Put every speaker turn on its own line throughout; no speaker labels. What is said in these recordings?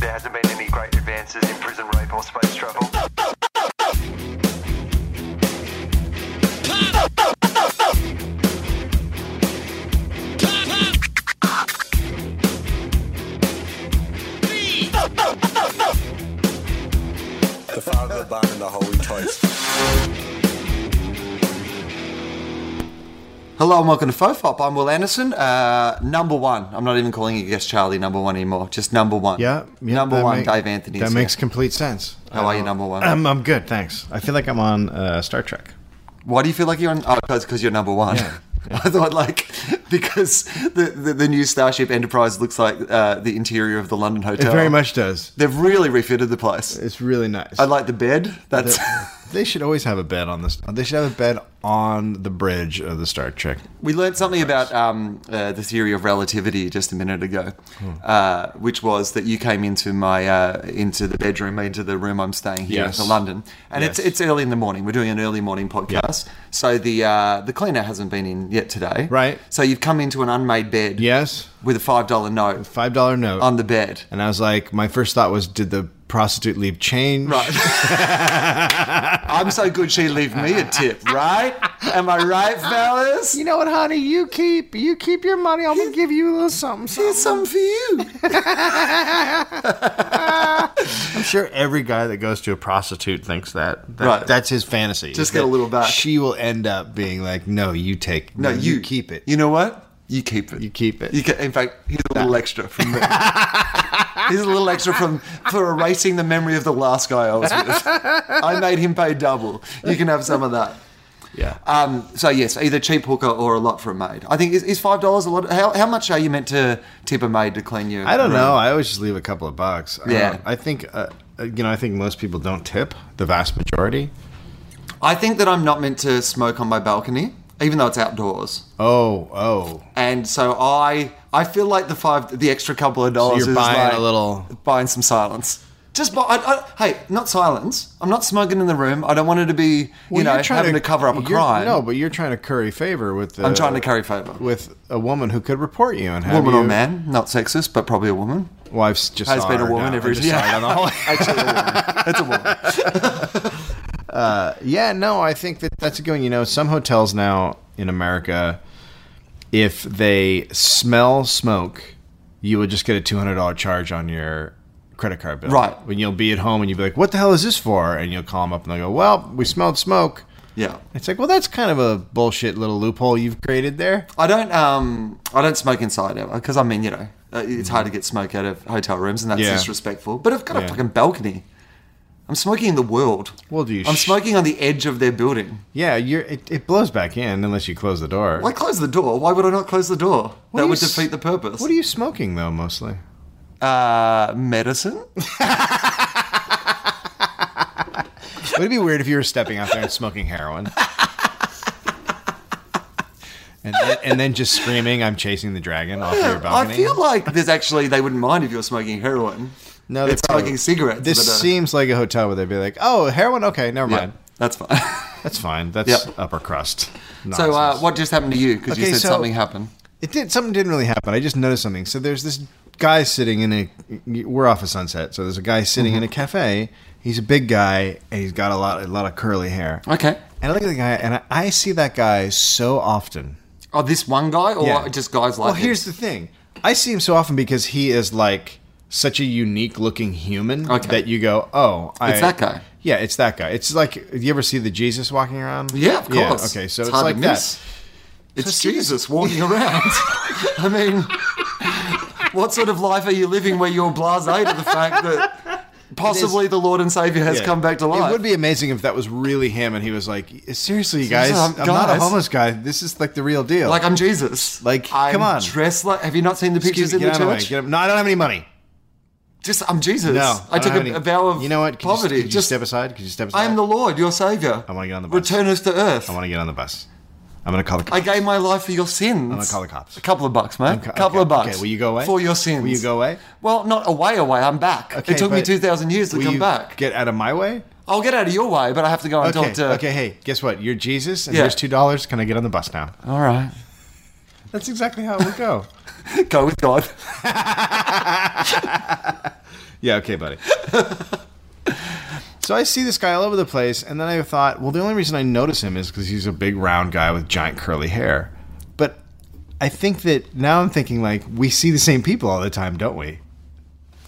There hasn't been any great advances in prison rape or space travel.
The father, the bun, and the holy toast.
Hello and welcome to Fofop. I'm Will Anderson. Uh, number one. I'm not even calling you guest Charlie number one anymore. Just number one.
Yeah, yeah,
number
that
one,
make-
Dave Anthony.
That
is
makes
here.
complete sense.
How are you, number one?
Um, I'm good, thanks. I feel like I'm on uh, Star Trek.
Why do you feel like you're on? Oh, because you're number one.
Yeah,
I thought like because the, the the new Starship Enterprise looks like uh, the interior of the London
It
hotel.
very much does.
They've really refitted the place.
It's really nice.
I like the bed. That's
they should always have a bed on this. They should have a bed on the bridge of the Star Trek.
We learned something about um, uh, the theory of relativity just a minute ago,
Hmm.
uh, which was that you came into my uh, into the bedroom, into the room I'm staying here
Yes.
in London, and it's
Yes.
it's early in the morning. We're doing an early morning podcast, so the uh, the cleaner hasn't been in yet today.
Right.
So you've come into an unmade bed.
Yes,
With a five dollar note
five dollar note.
on the bed.
and I was like, my first thought was, did the prostitute leave change?
Right. I'm so good she leave me a tip, right? Am I right, fellas?
You know what, honey? You keep you keep your money. I'm gonna give you a little something. something.
Here's some for you.
I'm sure every guy that goes to a prostitute thinks that. that
Right.
That's his fantasy.
Just
is
get a
that
little back.
She will end up being like, no, you take.
No, you,
keep it.
You know what? You keep it.
You keep it.
You ca- in fact, here's a little extra from me. here's a little extra from for erasing the memory of the last guy I was with. I made him pay double. You can have some of that.
yeah.
Um, so yes, either cheap hooker or a lot for a maid. I think is, is five dollars a lot. How, how much are you meant to tip a maid to clean your?
I don't
room?
know. I always just leave a couple of bucks. I
Yeah.
don't- I, think uh, you know. I think most people don't tip. The vast majority.
I think that I'm not meant to smoke on my balcony, even though it's outdoors.
Oh, oh.
And so I, I feel like the five, the extra couple of dollars
you're
is
buying
like
a little-
buying some silence. Just buy. I, I, hey, not silence. I'm not smoking in the room. I don't want it to be, you
Well,
know,
you're trying
having to, cover up a
you're-
crime.
No, but you're trying to curry favor with. The,
I'm trying to curry favour.
with a woman who could report you and have
woman
you,
or man, not sexist, but probably a woman.
Well, I've s- just
Has
saw
been a
her
woman
now. I
every
just saw it on the hallway.
Actually, a woman. It's a woman.
Yeah, no, I think that that's a good. one. You know, some hotels now in America, if they smell smoke, you would just get a two hundred dollar charge on your credit card bill.
Right.
When you'll be at home and you'll be like, "What the hell is this for?" And you'll call them up and they'll go, "Well, we smelled smoke."
Yeah.
It's like, well, that's kind of a bullshit little loophole you've created there.
I don't um I don't smoke inside ever because I mean you know uh, it's hard to get smoke out of hotel rooms and that's
Yeah.
disrespectful. But I've got a
Yeah.
fucking balcony. I'm smoking in the world.
Well, do you
I'm
sh-
smoking on the edge of their building.
Yeah, you're. It, it blows back in unless you close the door.
Why close the door? Why would I not close the door?
What
that
are you
would
s-
defeat the purpose.
What are you smoking though? Mostly.
uh, medicine?
Would it be weird if you were stepping out there and smoking heroin? And then, and then just screaming, "I'm chasing the dragon!" off your balcony.
I feel like there's actually they wouldn't mind if you're smoking heroin.
no, they
it's
probably-
smoking cigarettes.
This
but, uh,
seems like a hotel where they'd be like, "Oh, heroin? Okay, never
yeah,
mind.
that's fine.
That's fine. That's
Yep.
upper crust."
so uh,
Nonsense.
what just happened to you? Because you
Okay,
said
so-
something happened.
It did. Something didn't really happen. I just noticed something. So there's this guy sitting in a. We're off a of sunset. So there's a guy sitting
Mm-hmm.
in a cafe. He's a big guy and he's got a lot, a lot of curly hair.
Okay.
And I look at the guy and I, I see that guy so often.
Oh, this one guy or
Yeah.
just guys like
Well,
him?
here's the thing. I see him so often because he is like such a unique looking human
Okay.
that you go, oh, I,
It's that guy.
Yeah, it's that guy. It's like you ever see the Jesus walking around?
Yeah, of course.
okay, so it's,
hard to
like that.
miss. It's
see this-
Jesus walking around. I mean, what sort of life are you living where you're blasé to the fact that possibly the Lord and Savior has
Yeah.
come back to life?
It would be amazing if that was really him, and he was like, "Seriously, you guys,
Seriously,
I'm,
I'm-
not a
guys."
homeless guy. This is like the real deal."
like I'm Jesus.
Like,
I'm
come on.
dressed like. Have you not seen the
Excuse
pictures
me,
in the
get out of
church?
way. Get up. No, I don't have any money.
Just I'm Jesus.
No,
I, took
don't
a,
have any-
a vow of
You know what? Could
poverty.
You, could you
just
step aside? Could you step aside?
I am the Lord, your Savior. I
wanna get on the bus.
Return us to earth.
I
I,
want to get on the bus. I'm gonna call the. cops.
gave my life for your sins.
I'm gonna call the cops.
A couple of bucks, mate.
Okay,
A couple
okay,
of bucks.
Okay, will you go away
for your sins?
Will you go away?
Well, not away, away. I'm back.
Okay,
it took me
but
two thousand years to
will
come
you
back.
Get out of my way.
I'll get out of your way, but I have to go and
Okay.
talk to.
okay. Hey, guess what? You're Jesus, and
Yeah. Uh.
here's two dollars. Can I get on the bus now?
All right.
That's exactly how it would go.
Go with God.
yeah. Okay, buddy. so I see this guy all over the place, and then I thought, well, the only reason I notice him is because he's a big round guy with giant curly hair. But I think that now I'm thinking like we see the same people all the time, don't we?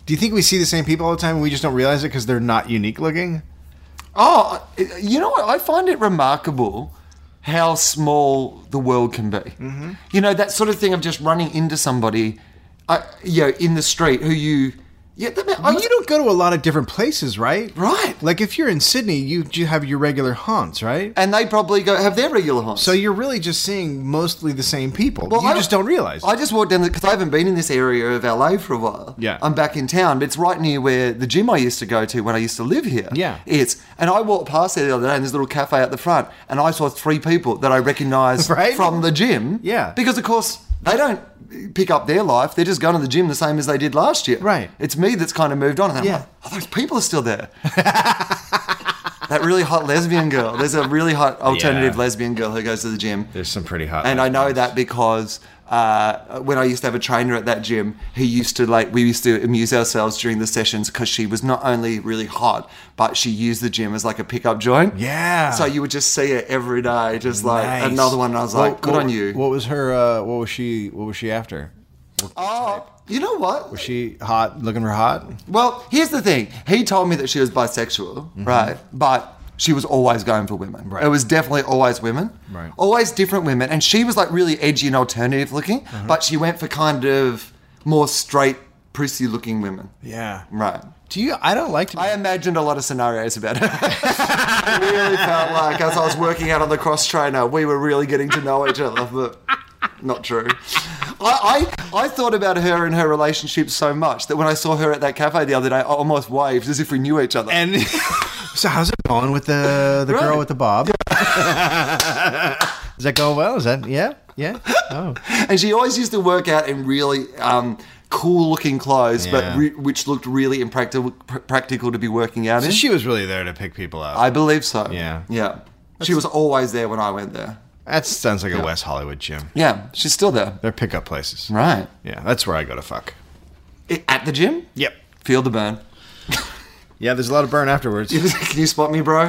Do you think we see the same people all the time and we just don't realize it because they're not unique looking?
Oh, you know what? I find it remarkable how small the world can be.
Mm-hmm.
You know that sort of thing of just running into somebody, uh, you know, in the street who you, yeah, that, I,
you don't go to a lot of different places, right?
Right.
Like if you're in Sydney, you do have your regular haunts, right?
and they probably go have their regular haunts.
So you're really just seeing mostly the same people.
Well,
you
I-
just don't realize.
I just walked down because I haven't been in this area of LA for a while.
Yeah.
I'm back in town, but it's right near where the gym I used to go to when I used to live here.
Yeah.
it's and I walked past there the other day, and there's a little cafe out the front, and I saw three people that I recognised
Right?
from the gym.
Yeah.
because of course they don't pick up their life; they're just going to the gym the same as they did last year.
Right.
it's me that's kind of moved on. And I'm
Yeah.
like, oh, those people are still there. that really hot lesbian girl. There's a really hot alternative
Yeah.
lesbian girl who goes to the gym.
There's some pretty hot.
And I know
lesbians.
that because uh, when I used to have a trainer at that gym, he used to like we used to amuse ourselves during the sessions because she was not only really hot, but she used the gym as like a pickup joint.
Yeah.
So you would just see her every day, just like
Nice.
another one. And I was
What-
like, good
what-
on you.
What was her? Uh, what was she? What was she after?
oh, you know what?
Was she hot? Looking for hot?
Well, here's the thing. He told me that she was bisexual, right? But she was always going for women.
Mm-hmm. Right.
It was definitely always women.
Right.
Always different women. And she was like really edgy and alternative looking,
Uh-huh.
but she went for kind of more straight, prissy looking women.
Yeah.
Right.
Do you? I don't like to. Be,
I imagined a lot of scenarios about her. I really felt like as I was working out on the cross trainer, we were really getting to know each other, but not true. I, I, I thought about her and her relationship so much that when I saw her at that cafe the other day, I almost waved as if we knew each other.
and so how's it going with the the
Right.
girl with the bob? Is that going well? Is that yeah yeah? Oh,
And she always used to work out in really um, cool looking clothes,
Yeah.
but re- which looked really impractical pr- practical to be working out in.
she was really there to pick people up.
I believe so.
Yeah.
Yeah. She was always there when I went there.
that sounds like a West Hollywood gym.
Yeah, she's still there.
They're pickup places.
Right.
Yeah, that's where I go to fuck.
I- At the gym?
Yep.
Feel the burn.
Yeah, there's a lot of burn afterwards.
Can you spot me, bro?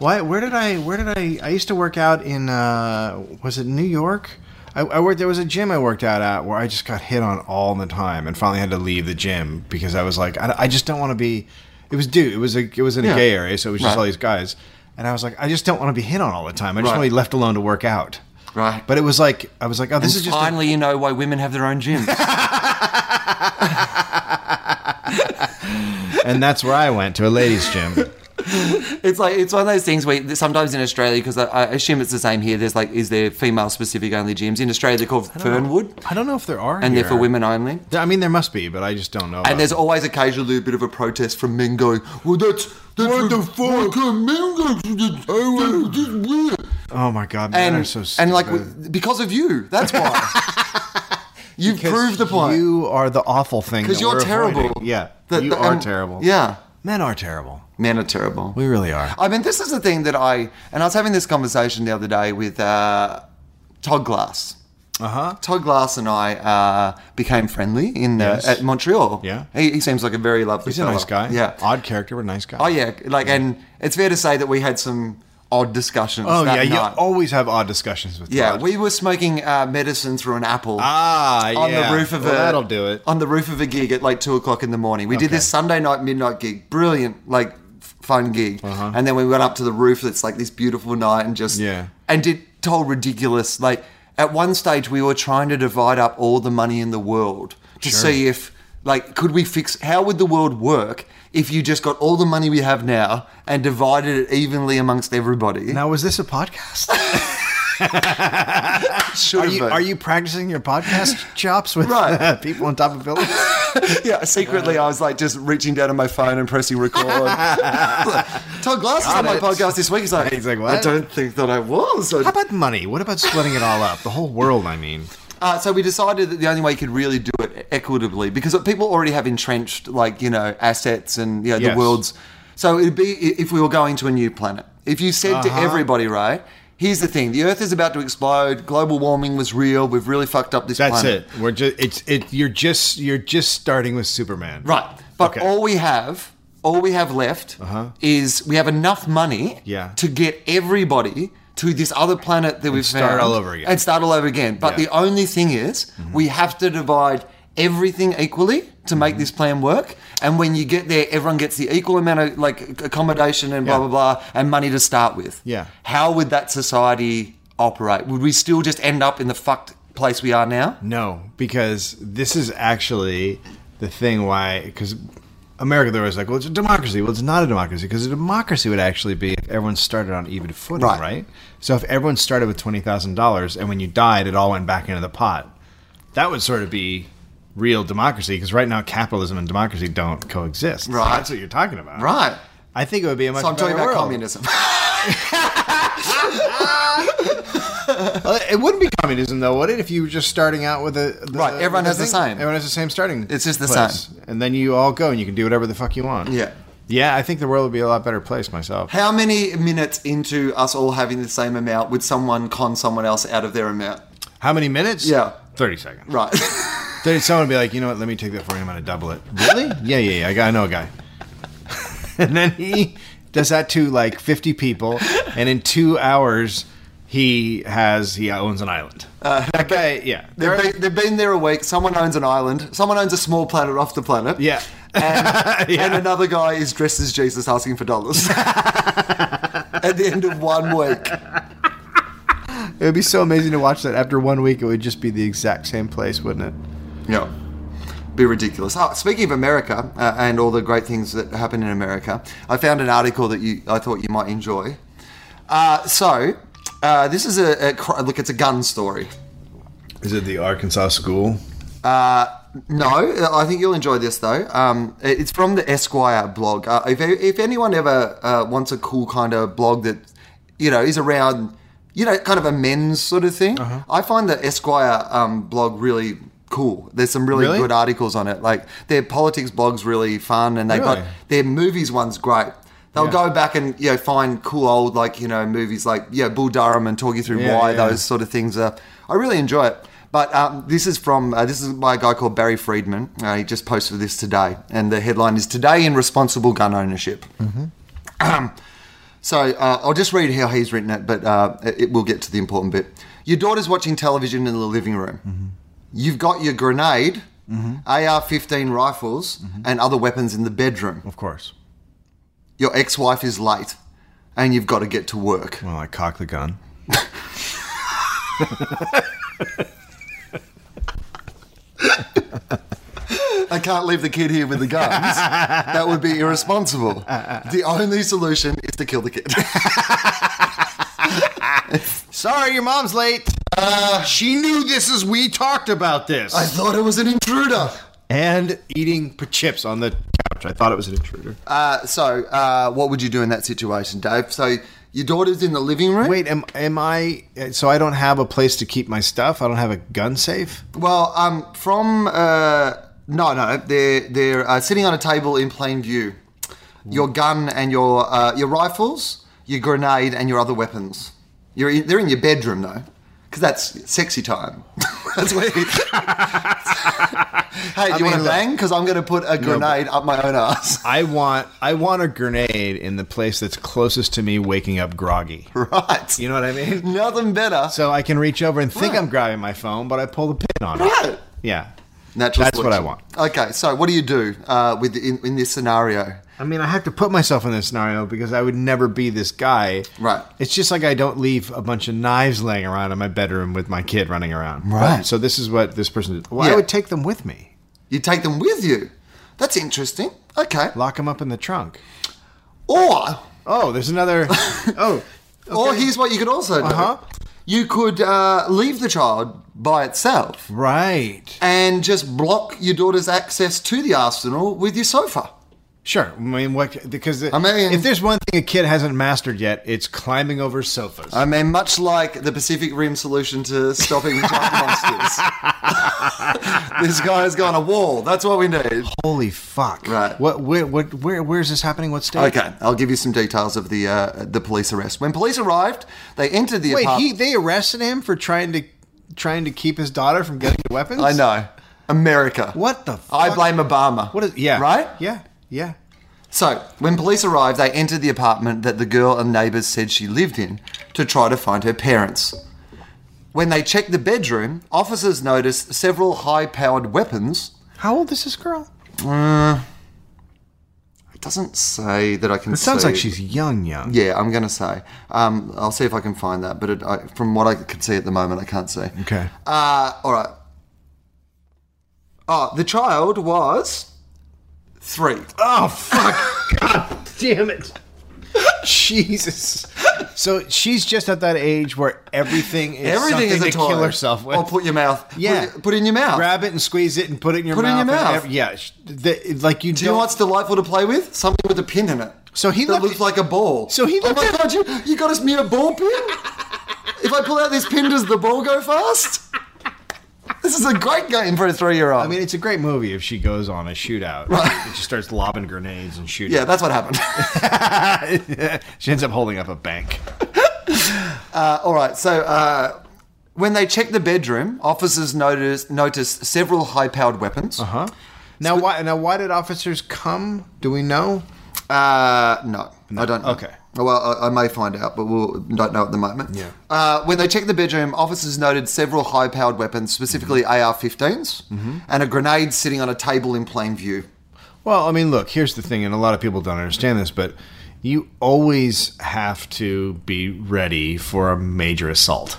Why? Where did I? Where did I? I used to work out in. Uh, was it New York? I, I worked. There was a gym I worked out at where I just got hit on all the time, and finally had to leave the gym because I was like, I, I just don't want to be. It was dude. It was a. It was in a
Yeah.
gay area, so it was just
Right.
all these guys, and I was like, I just don't want to be hit on all the time. I just
Right.
want to be left alone to work out.
Right.
But it was like I was like, oh, this
And
is just. a-
finally, you know why women have their own gyms.
and that's where I went to a ladies' gym.
it's like it's one of those things where sometimes in Australia, because I, I assume it's the same here. There's like, is there female specific only gyms in Australia? They're called Fernwood,
I don't know if there are.
and they're for
here.
women only.
I mean, there must be, but I just don't know. about
And there's
them.
always occasionally a bit of a protest from men going, "Well, that's that's what the fuck men go to the- to this weird."
oh my god, men
and
are so
and like
stupid.
w- because of you, that's why you've
Because
proved the point.
You are the awful thing.
Because
that
you're
we're
terrible.
avoiding. Yeah,
That-
you
that-
are
and-
terrible.
Yeah,
men are terrible.
men are terrible.
We really are.
I mean, this is the thing that I and I was having this conversation the other day with uh, Todd Glass.
Uh huh.
Todd Glass and I uh, became friendly in uh,
Yes.
at Montreal.
Yeah.
he, he seems like a very lovely.
He's a
fella.
nice guy.
Yeah.
Odd character, but nice guy.
oh yeah, like and it's fair to say that we had some odd discussions.
Oh
that
yeah. You
night.
always have odd discussions with.
yeah.
Todd.
We were smoking uh, medicine through an apple.
Ah
on
yeah.
the roof of
well,
a
that'll do it.
on the roof of a gig at like two o'clock in the morning. We did
Okay.
this Sunday night midnight gig, brilliant, like f- fun gig, and then we went up to the roof. It's like this beautiful night, and just
Uh-huh. Yeah.
and did told ridiculous like at one stage we were trying to divide up all the money in the world to
Sure.
see if like could we fix how would the world work if you just got all the money we have now and divided it evenly amongst everybody.
Now was this a podcast?
Should
Are
have
you,
been.
are you practicing your podcast chops with
Right.
people on top of buildings?
yeah, secretly, I was like just reaching down on my phone and pressing record. Todd Glass is on my
it.
podcast this week. He's like,
He's like,
I
"What?"
don't think that I was.
How about money? What about splitting it all up? The whole world, I mean.
Uh, so we decided that the only way you could really do it equitably, because people already have entrenched, like you know, assets and you know,
Yes.
the world's. So it'd be i- if we were going to a new planet. If you said
Uh-huh.
to everybody, right, here's the thing: the Earth is about to explode. Global warming was real. We've really fucked up this
That's
planet.
it. We're just it's it. You're just you're just starting with Superman,
Right. But
Okay. Uh-huh.
all we have, all we have left is we have enough money
Yeah.
to get everybody to this other planet that we've
start
found
all over again.
And start all over again. But
Yeah. Mm-hmm.
the only thing is we have to divide everything equally to
Mm-hmm.
make this plan work. And when you get there, everyone gets the equal amount of like accommodation and blah
Yeah.
blah blah and money to start with.
Yeah.
How would that society operate? Would we still just end up in the fucked place we are now?
No, because this is actually the thing why because America they're always like, well, it's a democracy. Well, it's not a democracy because a democracy would actually be if everyone started on even footing,
Right.
right? So if everyone started with twenty thousand dollars and when you died, it all went back into the pot. That would sort of be real democracy because right now capitalism and democracy don't coexist. So
Right.
that's what you're talking about.
Right.
I think it would be a much.
So I'm talking
better
about
world.
communism.
Uh, It wouldn't be communism though, would it? If you were just starting out with a the,
Right, everyone
with a
has the
thing?
same.
Everyone has the same starting.
It's just the
place. and then you all go and you can do whatever the fuck you want.
Yeah.
yeah. I think the world would be a lot better place myself.
How many minutes into us all having the same amount would someone con someone else out of their amount?
How many minutes?
Yeah.
thirty seconds.
Right.
Then someone would be like, you know what? Let me take that for you. I'm gonna double it. Really? yeah, yeah, yeah. I, got, I know a guy. and then he does that to like fifty people, and in two hours, he has he owns an island.
Uh,
that guy, yeah.
they've, been, they've been there a week. Someone owns an island. Someone owns a small planet off the planet.
Yeah.
And,
Yeah.
and another guy is dressed as Jesus asking for dollars. At the end of one week.
It would be so amazing to watch that. After one week, it would just be the exact same place, wouldn't it?
Yeah. Be ridiculous. Oh, speaking of America uh, and all the great things that happen in America, I found an article that you I thought you might enjoy. Uh, so, uh, this is a, a cr- look. It's a gun story.
Is it the Arkansas school?
No, I think you'll enjoy this though. Um, it's from the Esquire blog. Uh, if, if anyone ever uh, wants a cool kind of blog that, you know, is around, you know, kind of a men's sort of thing,
Uh-huh.
I find the Esquire um, blog really cool. There's some really,
Really?
good articles on it. Like their politics blog's really fun, and they have got
Really?
their movies one's great. They'll
Yeah.
go back and you know find cool old like you know movies like yeah Bull Durham and talk you through
Yeah,
why
yeah.
those sort of things are. I really enjoy it. But um, this is from uh, this is by a guy called Barry Friedman. Uh, he just posted this today, and the headline is "Today in Responsible Gun Ownership."
Mm-hmm.
So uh, I'll just read how he's written it, but uh, it it will get to the important bit. Your daughter's watching television in the living room.
Mm-hmm.
You've got your grenade, AR 15 rifles,
Mm-hmm.
and other weapons in the bedroom.
Of course.
Your ex wife is late, and you've got to get to work.
Well, I cock the gun.
I can't leave the kid here with the guns. that would be irresponsible. The only solution is to kill the kid.
Sorry, your mom's late. she knew this as we talked about this.
I thought it was an intruder.
and eating p- chips on the couch. I thought it was an intruder.
Uh, so, uh, what would you do in that situation, Dave? So, your daughter's in the living room.
Wait, am am I? So I don't have a place to keep my stuff. I don't have a gun safe.
Well, um, from uh, no, no, they're they're uh, sitting on a table in plain view. Your gun and your uh, your rifles, your grenade and your other weapons. You're in, they're in your bedroom though, because that's sexy time. that's where. hey, do you
mean,
want to
look-
bang? Because I'm going to put a grenade up my own ass.
I want I want a grenade in the place that's closest to me waking up groggy.
right.
You know what I mean?
Nothing better.
So I can reach over and think
Right.
I'm grabbing my phone, but I pull the pin on
Right.
it. Yeah.
Natural
That's what I
selection.
want.
Okay, so what do you do uh, with in, in this scenario?
I mean, I have to put myself in this scenario because I would never be this guy.
Right.
It's just like I don't leave a bunch of knives laying around in my bedroom with my kid running around.
Right.
so this is what this person did. Well,
Yeah.
I would take them with me,
You take them with you. That's interesting. Okay.
lock them up in the trunk.
Or
Oh, there's another. oh,
Or here's what you could also do.
Uh-huh.
you could uh, leave the child by itself
Right.
and just block your daughter's access to the arsenal with your sofa.
Sure. I mean, what? Because
I mean-
if there's one thing a kid hasn't mastered yet, it's climbing over sofas.
I mean, much like the Pacific Rim solution to stopping giant monsters. this guy's gone a wall. That's what we need.
Holy fuck!
Right.
What? Where? What? Where? Where is this happening? What state?
Okay, I'll give you some details of the uh, the police arrest. When police arrived, they entered the
Wait. He?
apartment.
They arrested him for trying to trying to keep his daughter from getting the weapons.
I know, America.
What the? Fuck?
I blame Obama.
What is? Yeah.
Right?
Yeah. Yeah.
So, when police arrived, they entered the apartment that the girl and neighbours said she lived in to try to find her parents. When they checked the bedroom, officers noticed several high powered weapons.
How old is this girl?
It doesn't say that I can
It sounds like
see-
she's young, young.
Yeah, I'm going to say. Um, I'll see if I can find that, but it, I, from what I can see at the moment, I can't see.
Okay.
Uh, all right. Oh, the child was three.
Oh fuck! God damn it! Jesus. So she's just at that age where everything is
Everything is a
something to
toy.
kill herself with.
Or put your mouth.
Yeah.
Put, it in your mouth.
Grab it and squeeze it and put it in your
Put it
mouth.
in your
and
mouth.
ev- yeah. sh- The, like you
Do you know what's delightful to play with? Something with a pin in it.
So he
that
looked-
looks like a ball.
So he
Oh
looked
my
at-
god! You, you got us me a ball pin. if I pull out this pin, does the ball go fast? This is a great game for a three-year-old.
I mean, it's a great movie if she goes on a shootout.
Right.
She starts lobbing grenades and shooting.
yeah, that's what happened.
she ends up holding up a bank.
All right. So uh, when they checked the bedroom, officers noticed noticed several high-powered weapons. Uh-huh.
Now, why? Now, why did officers come? Do we know?
Uh, no, I don't. Know.
Okay.
Well, I, I may find out, but we'll don't know at the moment.
Yeah.
Uh, when they checked the bedroom, officers noted several high-powered weapons, specifically
Mm-hmm.
AR-15s, and a grenade sitting on a table in plain view.
Well, I mean, look. Here's the thing, and a lot of people don't understand this, but you always have to be ready for a major assault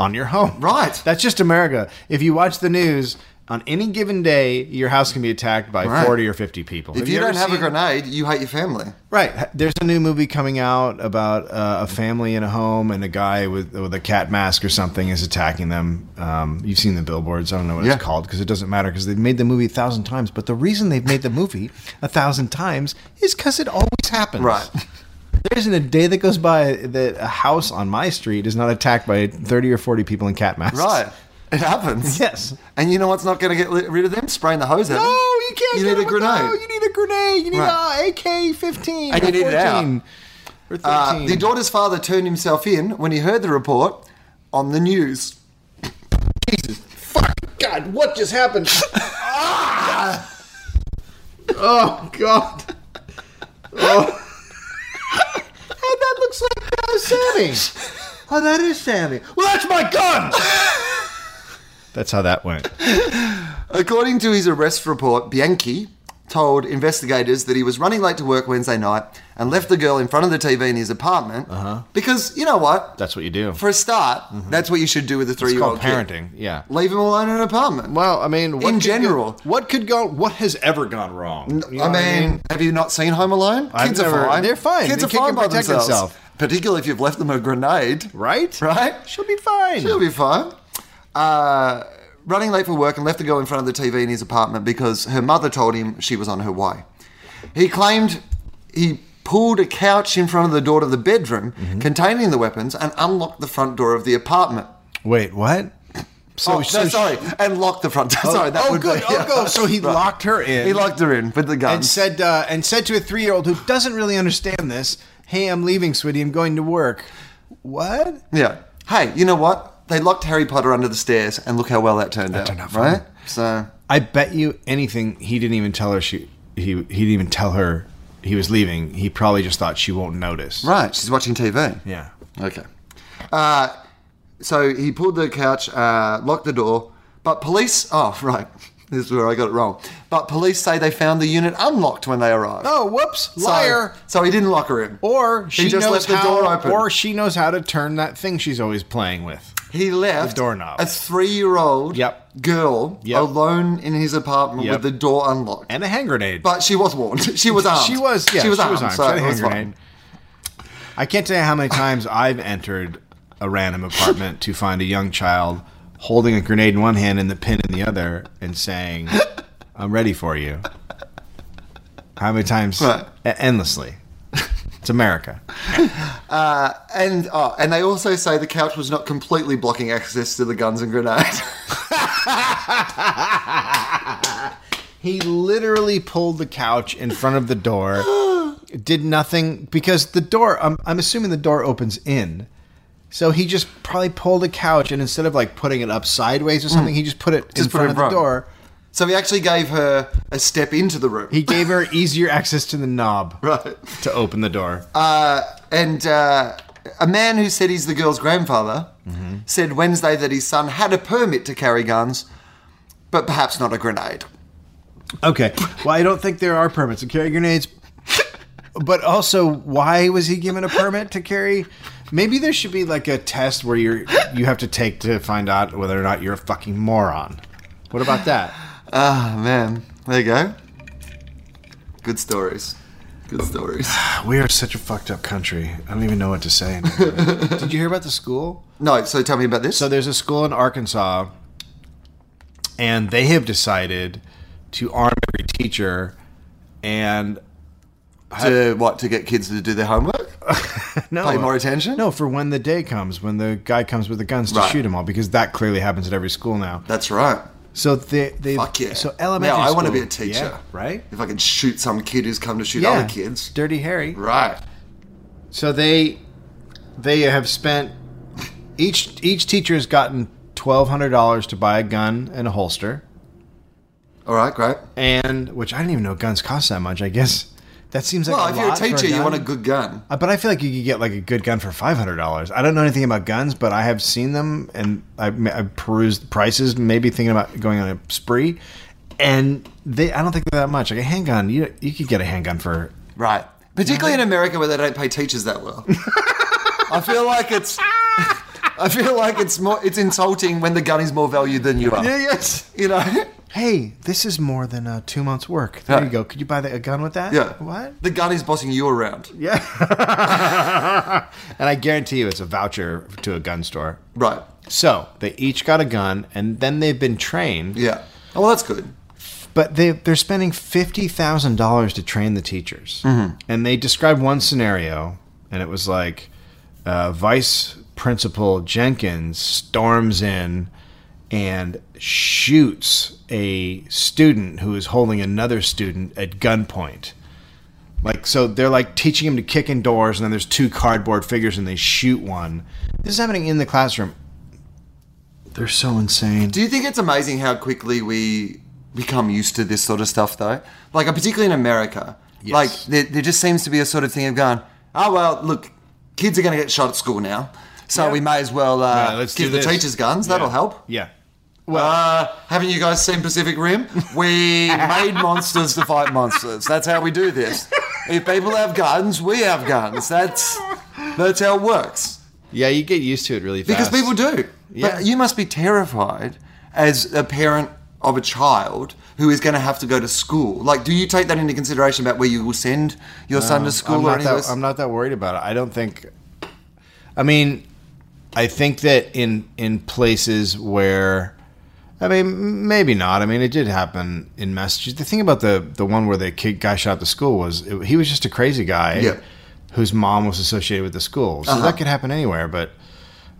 on your home.
Right.
That's just America. If you watch the news. On any given day, your house can be attacked by
Right.
40 or 50 people.
if you,
ever
don't have a
seen-
grenade, you hate your family.
Right. There's a new movie coming out about uh, a family in a home and a guy with with a cat mask or something is attacking them. Um, you've seen the billboards. I don't know what
Yeah.
it's called because it doesn't matter because they've made the movie a thousand times. But the reason they've made the movie a thousand times is because it always happens.
Right.
There isn't a day that goes by that a house on my street is not attacked by 30 or 40 people in cat masks.
Right. It happens.
Yes.
And you know what's not going to get li- rid of them? Spraying the hose at them.
No, you can't.
You
get
need a
it with-
grenade.
No, you need a grenade. You need
Right.
a AK-15
And
or
you need it out.
14 or 13.
Uh, the daughter's father turned himself in when he heard the report on the news.
God, what just happened? Ah! Oh God! Oh, hey, that looks like uh, Sammy. Oh, that is Sammy. Well, that's my gun. that's how that went.
According to his arrest report, Bianchi told investigators that he was running late to work Wednesday night and left the girl in front of the TV in his apartment
Uh-huh.
because you know what?
That's what you do.
For a start, that's what you should do with a
Mm-hmm. it's
three-year-old
called
kid.
parenting. Yeah.
Leave him alone in an apartment.
Well, I mean,
In
could go-
general.
what could go? What has ever gone wrong? You know
I
what
mean, have you not seen Home Alone?
I've
Kids
never-
are fine.
they're fine.
Kids
The
are
kid
fine
can
by
protect
themselves.
himself.
Particularly if you've left them a grenade.
right?
Right?
She'll be fine.
She'll be fine. Uh, running late for work and left the girl in front of the TV in his apartment because her mother told him she was on her way. He claimed he pulled a couch in front of the door to the bedroom containing the weapons and unlocked the front door of the apartment.
Wait, what? So,
Oh, no, sorry, and locked the front door. sorry, that
oh,
would
good.
Be,
Oh, good. So he locked her in.
He locked her in with the gun.
and said uh, and said to a three year old who doesn't really understand this, "Hey, I'm leaving, sweetie. I'm going to work." What?
Yeah. Hey, you know what? They locked Harry Potter under the stairs, and look how well that turned out.
turned out fine.
right? So
I bet you anything he didn't even tell her she he he didn't even tell her he was leaving. He probably just thought she won't notice.
right, she's watching TV.
Yeah.
Okay. Uh, so he pulled the couch, uh, locked the door, but police. Oh, right. This is where I got it wrong. But police say they found the unit unlocked when they arrived.
Oh, whoops!
So-
Liar.
So, he didn't lock her in.
or she
he just
knows
left the
how,
door open.
Or she knows how to turn that thing she's always playing with.
he left
the doorknob.
a three-year-old
Yep.
girl
Yep.
alone in his apartment
Yep.
with the door unlocked.
And a hand grenade.
But she was warned. She was armed.
She was. Yeah,
she was armed. So
She had a
it was
hand
fine.
grenade. I can't tell you how many times I've entered a random apartment to find a young child holding a grenade in one hand and the pin in the other and saying, I'm ready for you. How many times?
Right.
E- endlessly. It's America.
And oh, and they also say the couch was not completely blocking access to the guns and grenades.
He literally pulled the couch in front of the door, did nothing because the door, I'm, I'm assuming the door opens in. So he just probably pulled a couch and instead of like putting it up sideways or something, he just put it in
Mm. Just put it
front
in
of the
front.
door.
so he actually gave her a step into the room.
He gave her easier access to the knob
right.
to open the door.
And uh, a man who said he's the girl's grandfather said Wednesday that his son had a permit to carry guns, but perhaps not a grenade.
Okay. Well, I don't think there are permits to carry grenades. But also, why was he given a permit to carry? Maybe there should be like a test where you're you have to take to find out whether or not you're a fucking moron. What about that?
Oh, man. There you go. Good stories. Good stories.
We are such a fucked up country. I don't even know what to say. anymore. Did you hear about the school?
No, so tell me about this.
So there's a school in Arkansas, and they have decided to arm every teacher. And
to what? To get kids to do their homework?
no,
Pay more attention?
No, for when the day comes, when the guy comes with the guns to
Right.
shoot them all, because that clearly happens at every school now.
That's right.
So they, they
Fuck yeah.
So elementary.
Now, I wanna
school-
be a teacher.
Yeah, right?
If I can shoot some kid who's come to shoot other kids.
Dirty Harry.
Right.
So they they have spent each each teacher has gotten twelve hundred dollars to buy a gun and a holster,
All right, great.
and which I didn't even know guns cost that much. I guess that seems like
Well,
a
if you're a
lot for
teacher, you
gun.
want a good gun.
Uh, But I feel like you could get like a good gun for five hundred dollars. I don't know anything about guns, but I have seen them and I, I perused the prices, maybe thinking about going on a spree. And they, I don't think they're that much. Like a handgun, you you could get a handgun for.
Right. Particularly in America where they don't pay teachers that well. I feel like it's I feel like it's more it's insulting when the gun is more valued than you are.
yes.
You know?
Hey, this is more than uh, two months' work. There
Yeah.
you go. Could you buy the, a gun with that?
Yeah.
What?
The gun is bossing you around.
Yeah. and I guarantee you, it's a voucher to a gun store.
Right.
So they each got a gun, and then they've been trained.
Yeah. Oh well that's good.
But they they're spending fifty thousand dollars to train the teachers,
Mm-hmm.
and they described one scenario, and it was like uh, Vice Principal Jenkins storms in and shoots a student who is holding another student at gunpoint. Like so, they're like teaching him to kick in doors, and then there's two cardboard figures, and they shoot one. This is happening in the classroom. They're so insane.
Do you think it's amazing how quickly we become used to this sort of stuff, though? Like, uh, particularly in America, like there, there just seems to be a sort of thing of going, oh well, look, kids are going to get shot at school now, so we may as well uh,
Yeah, let's
give
do
the
this."
teachers guns. That'll help.
Yeah.
Uh, haven't you guys seen Pacific Rim? We made monsters to fight monsters. That's how we do this. If people have guns, we have guns. That's that's how it works.
Yeah, you get used to it really
Because
fast.
people do.
Yeah.
But you must be terrified as a parent of a child who is going to have to go to school. Like, do you take that into consideration about where you will send your son to school
Um, I'm
or
not,
anything?
that, I'm not that worried about it. I don't think. I mean, I think that in in places where, I mean, maybe not. I mean, it did happen in Massachusetts. The thing about the the one where the kid guy shot the school was it, he was just a crazy guy
Yeah. Uh-huh.
whose mom was associated with the school, so that could happen anywhere. But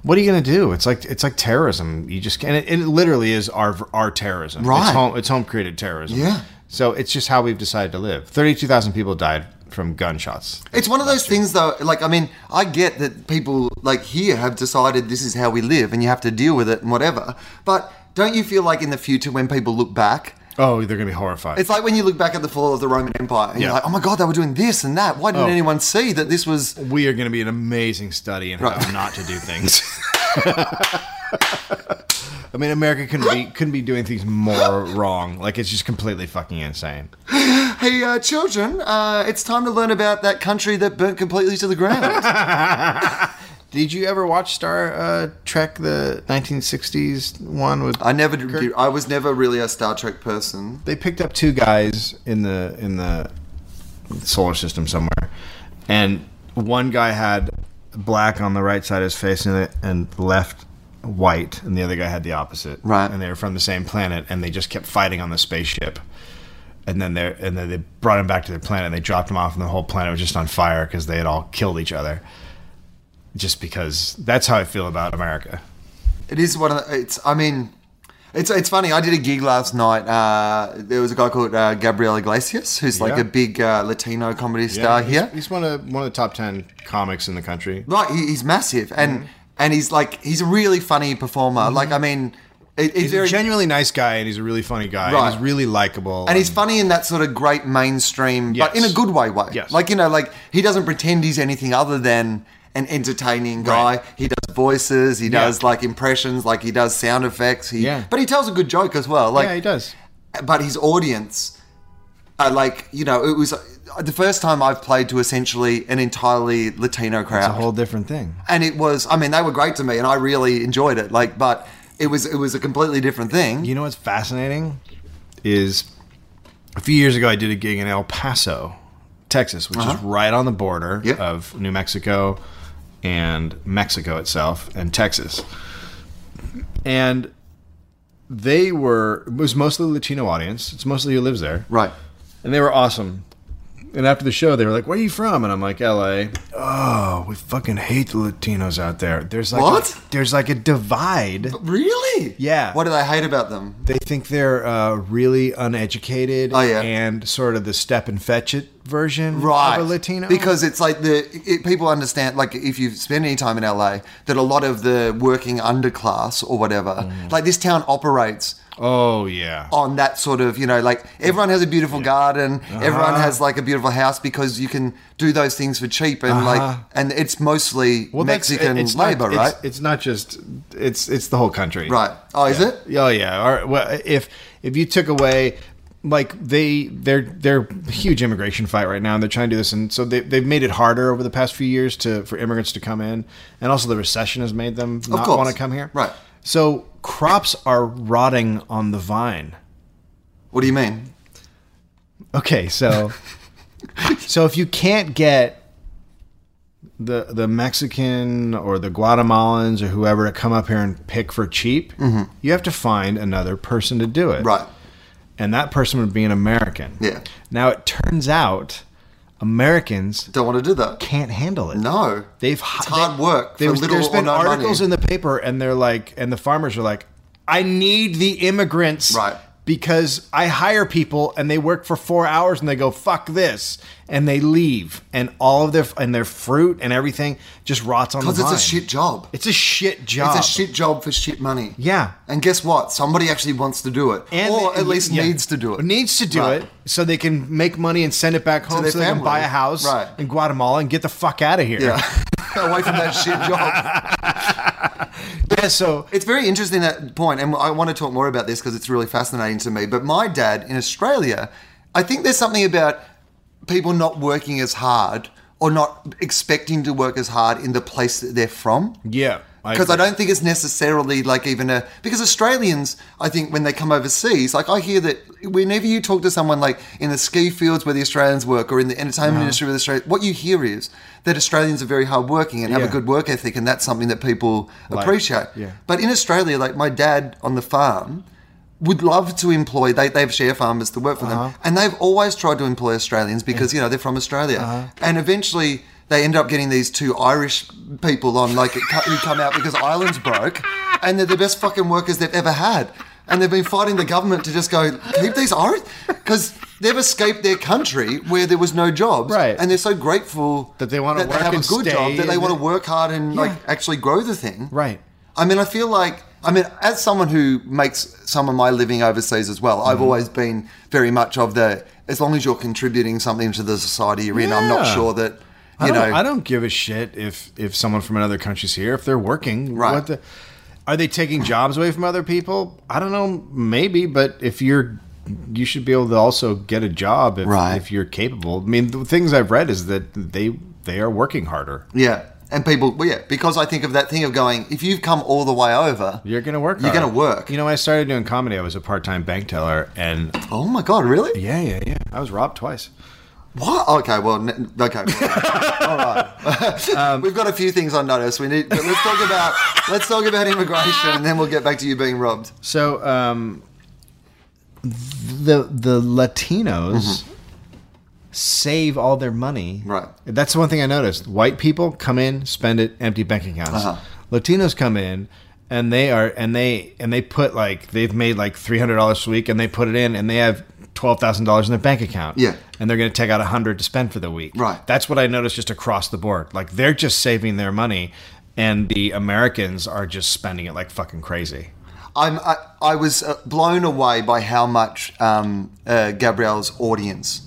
what are you going to do? It's like it's like terrorism. You just can't. And it, it literally is our our terrorism. It's
Right.
home, Oh, it's home created terrorism.
Yeah.
So it's just how we've decided to live. Thirty-two thousand people died from gunshots.
It's one of those things, though. Like, I mean, I get that people like here have decided this is how we live, and you have to deal with it and whatever. But don't you feel like in the future, when people look back,
Oh, they're gonna be horrified.
it's like when you look back at the fall of the Roman Empire, and you're
Yeah.
like, oh my god, they were doing this and that. Why didn't
Oh.
anyone see that this was?
we are gonna be an amazing study in
Right.
how not to do things. I mean, America couldn't be couldn't be doing things more wrong. Like it's just completely fucking insane.
Hey, uh, children, uh, it's time to learn about that country that burnt completely to the ground.
Did you ever watch Star uh, Trek the 1960s one with?
I never, did, I was never really a Star Trek person.
they picked up two guys in the in the solar system somewhere, and one guy had black on the right side of his face and the, and left white, and the other guy had the opposite.
Right.
And they were from the same planet, and they just kept fighting on the spaceship. And then they and then they brought him back to their planet. and They dropped him off, and the whole planet was just on fire because they had all killed each other. Just because that's how I feel about America.
It is one of the, it's. I mean, it's it's funny. I did a gig last night. Uh, there was a guy called uh, Gabriel Iglesias, who's like
Yeah.
a big uh, Latino comedy star
he's,
here.
he's one of one of the top ten comics in the country.
Right, he, he's massive, and
Mm-hmm.
and he's like he's a really funny performer. Like I mean, it, it's
He's
very
a genuinely nice guy, and he's a really funny guy. and
Right.
he's really likable,
and he's funny in that sort of great mainstream, but in
Yes.
a good way way.
Yes.
Like you know, like he doesn't pretend he's anything other than an entertaining guy.
Right.
He does voices, he
Yeah.
does like impressions, like he does sound effects. He,
Yeah.
but he tells a good joke as well. Like
yeah, he does.
but his audience are like you know it was the first time i've played to essentially an entirely latino crowd
It's a whole different thing.
and it was i mean they were great to me and i really enjoyed it like but it was it was a completely different thing
You know what's fascinating is a few years ago I did a gig in El Paso, Texas, which
Uh-huh.
is right on the border
Yep.
of New Mexico and Mexico itself and Texas. And they were it was mostly Latino audience. It's mostly who lives there.
right
And they were awesome. And after the show, they were like, "Where are you from?" And I'm like, "L.A." Oh, we fucking hate the Latinos out there. There's like a-
What?
there's like a divide.
really
Yeah.
what do they hate about them
They think they're uh, really uneducated
Oh, yeah.
and sort of the step and fetch it version
right
of a Latino.
because it's like the it, people understand like if you've spent any time in la that a lot of the working underclass or whatever
Mm.
like this town operates
oh yeah,
on that sort of you know like everyone has a beautiful garden
Uh-huh.
everyone has like a beautiful house because you can do those things for cheap and like and it's mostly
Uh-huh. that's-
mexican
it- it's not-
labor
it's-
right
It's, not just it's it's the whole country,
right oh is it
Oh yeah. All right. Well, if if you took away like they they're they're a huge immigration fight right now and they're trying to do this and so they, they've made it harder over the past few years to for immigrants to come in and also the recession has made them not
course.
want to come here
Right.
so crops are rotting on the vine
what do you mean
Okay, so so if you can't get the the Mexican or the Guatemalans or whoever to come up here and pick for cheap, you have to find another person to do it.
Mm-hmm. right
And that person would be an American.
Yeah.
Now it turns out Americans
don't want to do that
can't handle it.
no
They've hi-
It's hard work for
There's,
little
there's
or
been
no money.
articles in the paper, and they're like, and the farmers are like, I need the immigrants,
Right.
Because I hire people and they work for four hours and they go fuck this and they leave and all of their and their fruit and everything just rots on the
because it's a
vine.
shit job
It's a shit job.
it's a shit job for shit money
Yeah.
and guess what somebody actually wants to do it or at least
yeah.
needs to do it
Needs to do
Right.
it so they can make money and send it back home
their
so they can
family.
buy a house
Right.
in Guatemala and get the fuck out of here.
yeah away from that shit job
yeah so
It's very interesting that point, and I want to talk more about this because it's really fascinating to me. But my dad in Australia, I think there's something about people not working as hard or not expecting to work as hard in the place that they're from.
yeah.
Because I don't think it's necessarily like even a because Australians, I think when they come overseas, like I hear that whenever you talk to someone like in the ski fields where the Australians work or in the
Uh-huh.
entertainment industry with Australia, what you hear is that Australians are very hardworking and have a
Yeah.
good work ethic, and that's something that people appreciate.
yeah.
But in Australia, like my dad on the farm would love to employ they, they have share farmers to work for
Uh-huh.
them and they've always tried to employ australians because you know they're from australia
Uh-huh.
and eventually they end up getting these two irish people on like it cu- who come out because ireland's broke and they're the best fucking workers they've ever had and they've been fighting the government to just go keep these irish because they've escaped their country where there was no jobs
Right.
and they're so grateful
That they wanna work
have
and
a good job
stay
that they
and-
want to work hard and like actually grow the thing
Right.
I mean, I feel like, I mean, as someone who makes some of my living overseas as well,
Mm-hmm.
I've always been very much of the, as long as you're contributing something to the society you're in, I'm not
Yeah.
sure that, you
I
know.
don't, I don't give a shit if if someone from another country's here if they're working.
Right.
What the, are they taking jobs away from other people? I don't know. Maybe, but if you're, you should be able to also get a job if,
Right.
if you're capable. I mean, the things I've read is that they they are working harder.
Yeah. And people, well, yeah, because I think of that thing of going, if you've come all the way over,
You're gonna work.
You're
harder.
gonna work.
You know, when I started doing comedy. I was a part time bank teller, and
oh my God, really?
yeah, yeah, yeah. I was robbed twice.
What? Okay, well, n- okay. well, all right.
Um,
We've got a few things on notice. We need. But let's talk about let's talk about immigration, and then we'll get back to you being robbed.
So um, the the Latinos save all their money.
Mm-hmm. Right.
That's one thing I noticed. White people come in, spend it, empty bank accounts.
Uh-huh.
Latinos come in and they are and they and they put like they've made like three hundred dollars a week and they put it in and they have twelve thousand dollars in their bank account.
Yeah.
And they're gonna take out a hundred to spend for the week.
Right.
That's what I noticed just across the board. Like they're just saving their money and the Americans are just spending it like fucking crazy.
I'm, I, I was uh, blown away by how much um, uh, Gabrielle's audience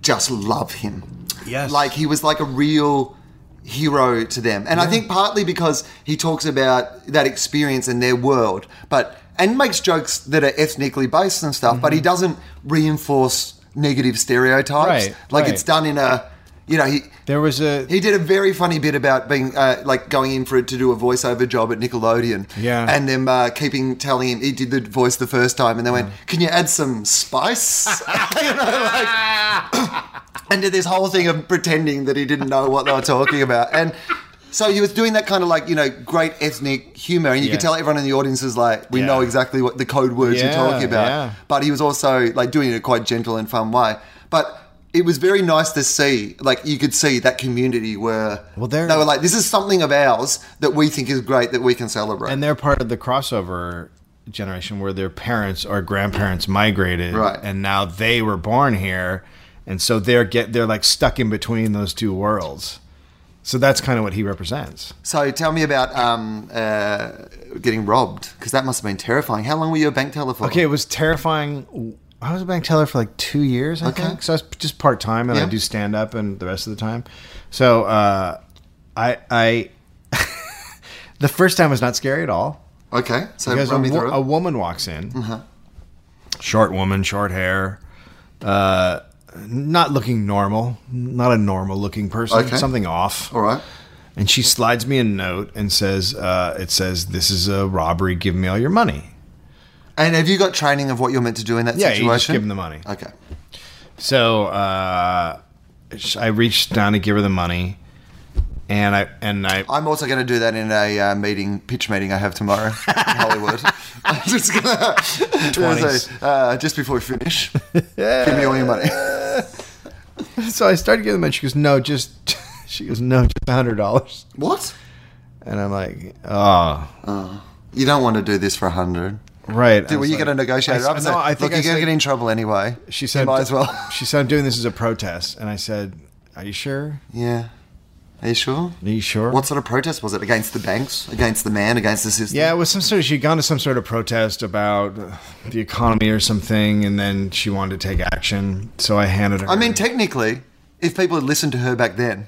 just love him.
Yes.
Like he was like a real hero to them. And I think partly because he talks about that experience in their world, but and makes jokes that are ethnically based and stuff, but he
Mm-hmm.
doesn't reinforce negative stereotypes.
Right,
like
right.
it's done in a you know, he
There was a
he did a very funny bit about being uh, like going in for to do a voiceover job at Nickelodeon.
Yeah.
And them uh, keeping telling him he did the voice the first time, and they went, "Can you add some spice?" You know, like- and did this whole thing of pretending that he didn't know what they were talking about, and. So he was doing that kind of like you know great ethnic humor, and you could
Yeah.
tell everyone in the audience is like, we
Yeah.
know exactly what the code words you're
Yeah,
talking about
yeah.
but he was also like doing it in a quite gentle and fun way. But it was very nice to see, like you could see that community were
Well,
they
they're-
were like, this is something of ours that we think is great that we can celebrate.
and they're part of the crossover generation where their parents or grandparents migrated
Right.
and now they were born here and so they're get they're like stuck in between those two worlds so that's kind of what he represents
so tell me about um, uh, getting robbed because that must have been terrifying. How long were you a bank teller for?
okay it was terrifying i was a bank teller for like two years i
Okay.
think so i was just part-time and
Yeah.
i do stand-up and the rest of the time so uh, i i the first time was not scary at all
okay. So
Because a,
run me
wo-
through
a
it. Uh-huh.
woman walks in, short woman, short hair, uh, not looking normal, not a normal looking person,
Okay.
something off.
All right.
And she slides me a note and says, uh, "It says this is a robbery. Give me all your money."
And have you got training of what you're meant to do in that
Yeah,
situation?
you just give them the money.
Okay.
So uh, sh- I reached down to give her the money, and I and I
I'm also going to do that in a uh, meeting, pitch meeting I have tomorrow in Hollywood. I'm just going
Twenties.
to uh, just before we finish, give me all your money.
so I started giving them, and she goes, "No, just." She goes, no, just hundred dollars,
What?
and I'm like, oh,
You don't want to do this for a hundred.
right. I
Were
was
you
like-
going to negotiate
I
it
s-
up? and
No,
say,
I think
Look,
I
you're going
said-
to get in trouble anyway.
She
You
said,
might as well.
She said, I'm doing this as a protest. And I said, Are you sure?
yeah. Are you sure?
Are you sure?
What sort of protest was it? Against the banks? Against the man? Against the system?
yeah, it was some sort of, she'd gone to some sort of protest about uh, the economy or something, and then she wanted to take action. So I handed her.
I mean, technically, if people had listened to her back then,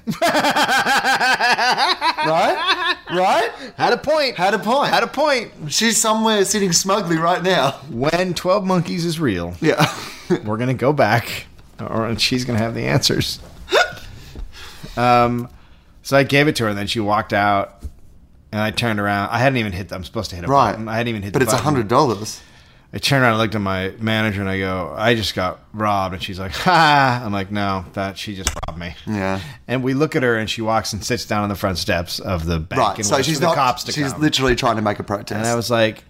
right? Right?
had a point.
Had a point.
Had a point.
She's somewhere sitting smugly right now.
When 12 Monkeys is real,
Yeah.
we're going to go back, or and she's going to have the answers. um, so I gave it to her, and then she walked out, and I turned around. I hadn't even hit, the- I'm supposed to hit a
Right.
button. Um, I hadn't even hit
But
the
it's a
button.
hundred dollars.
I turned around and looked at my manager and I go, I just got robbed. And she's like, ha. I'm like, no, that she just robbed me.
Yeah.
And we look at her and she walks and sits down on the front steps of the bank
Right.
and
So
waits
she's
for the
not.
cops to
she's
come.
literally trying to make a protest.
and I was like,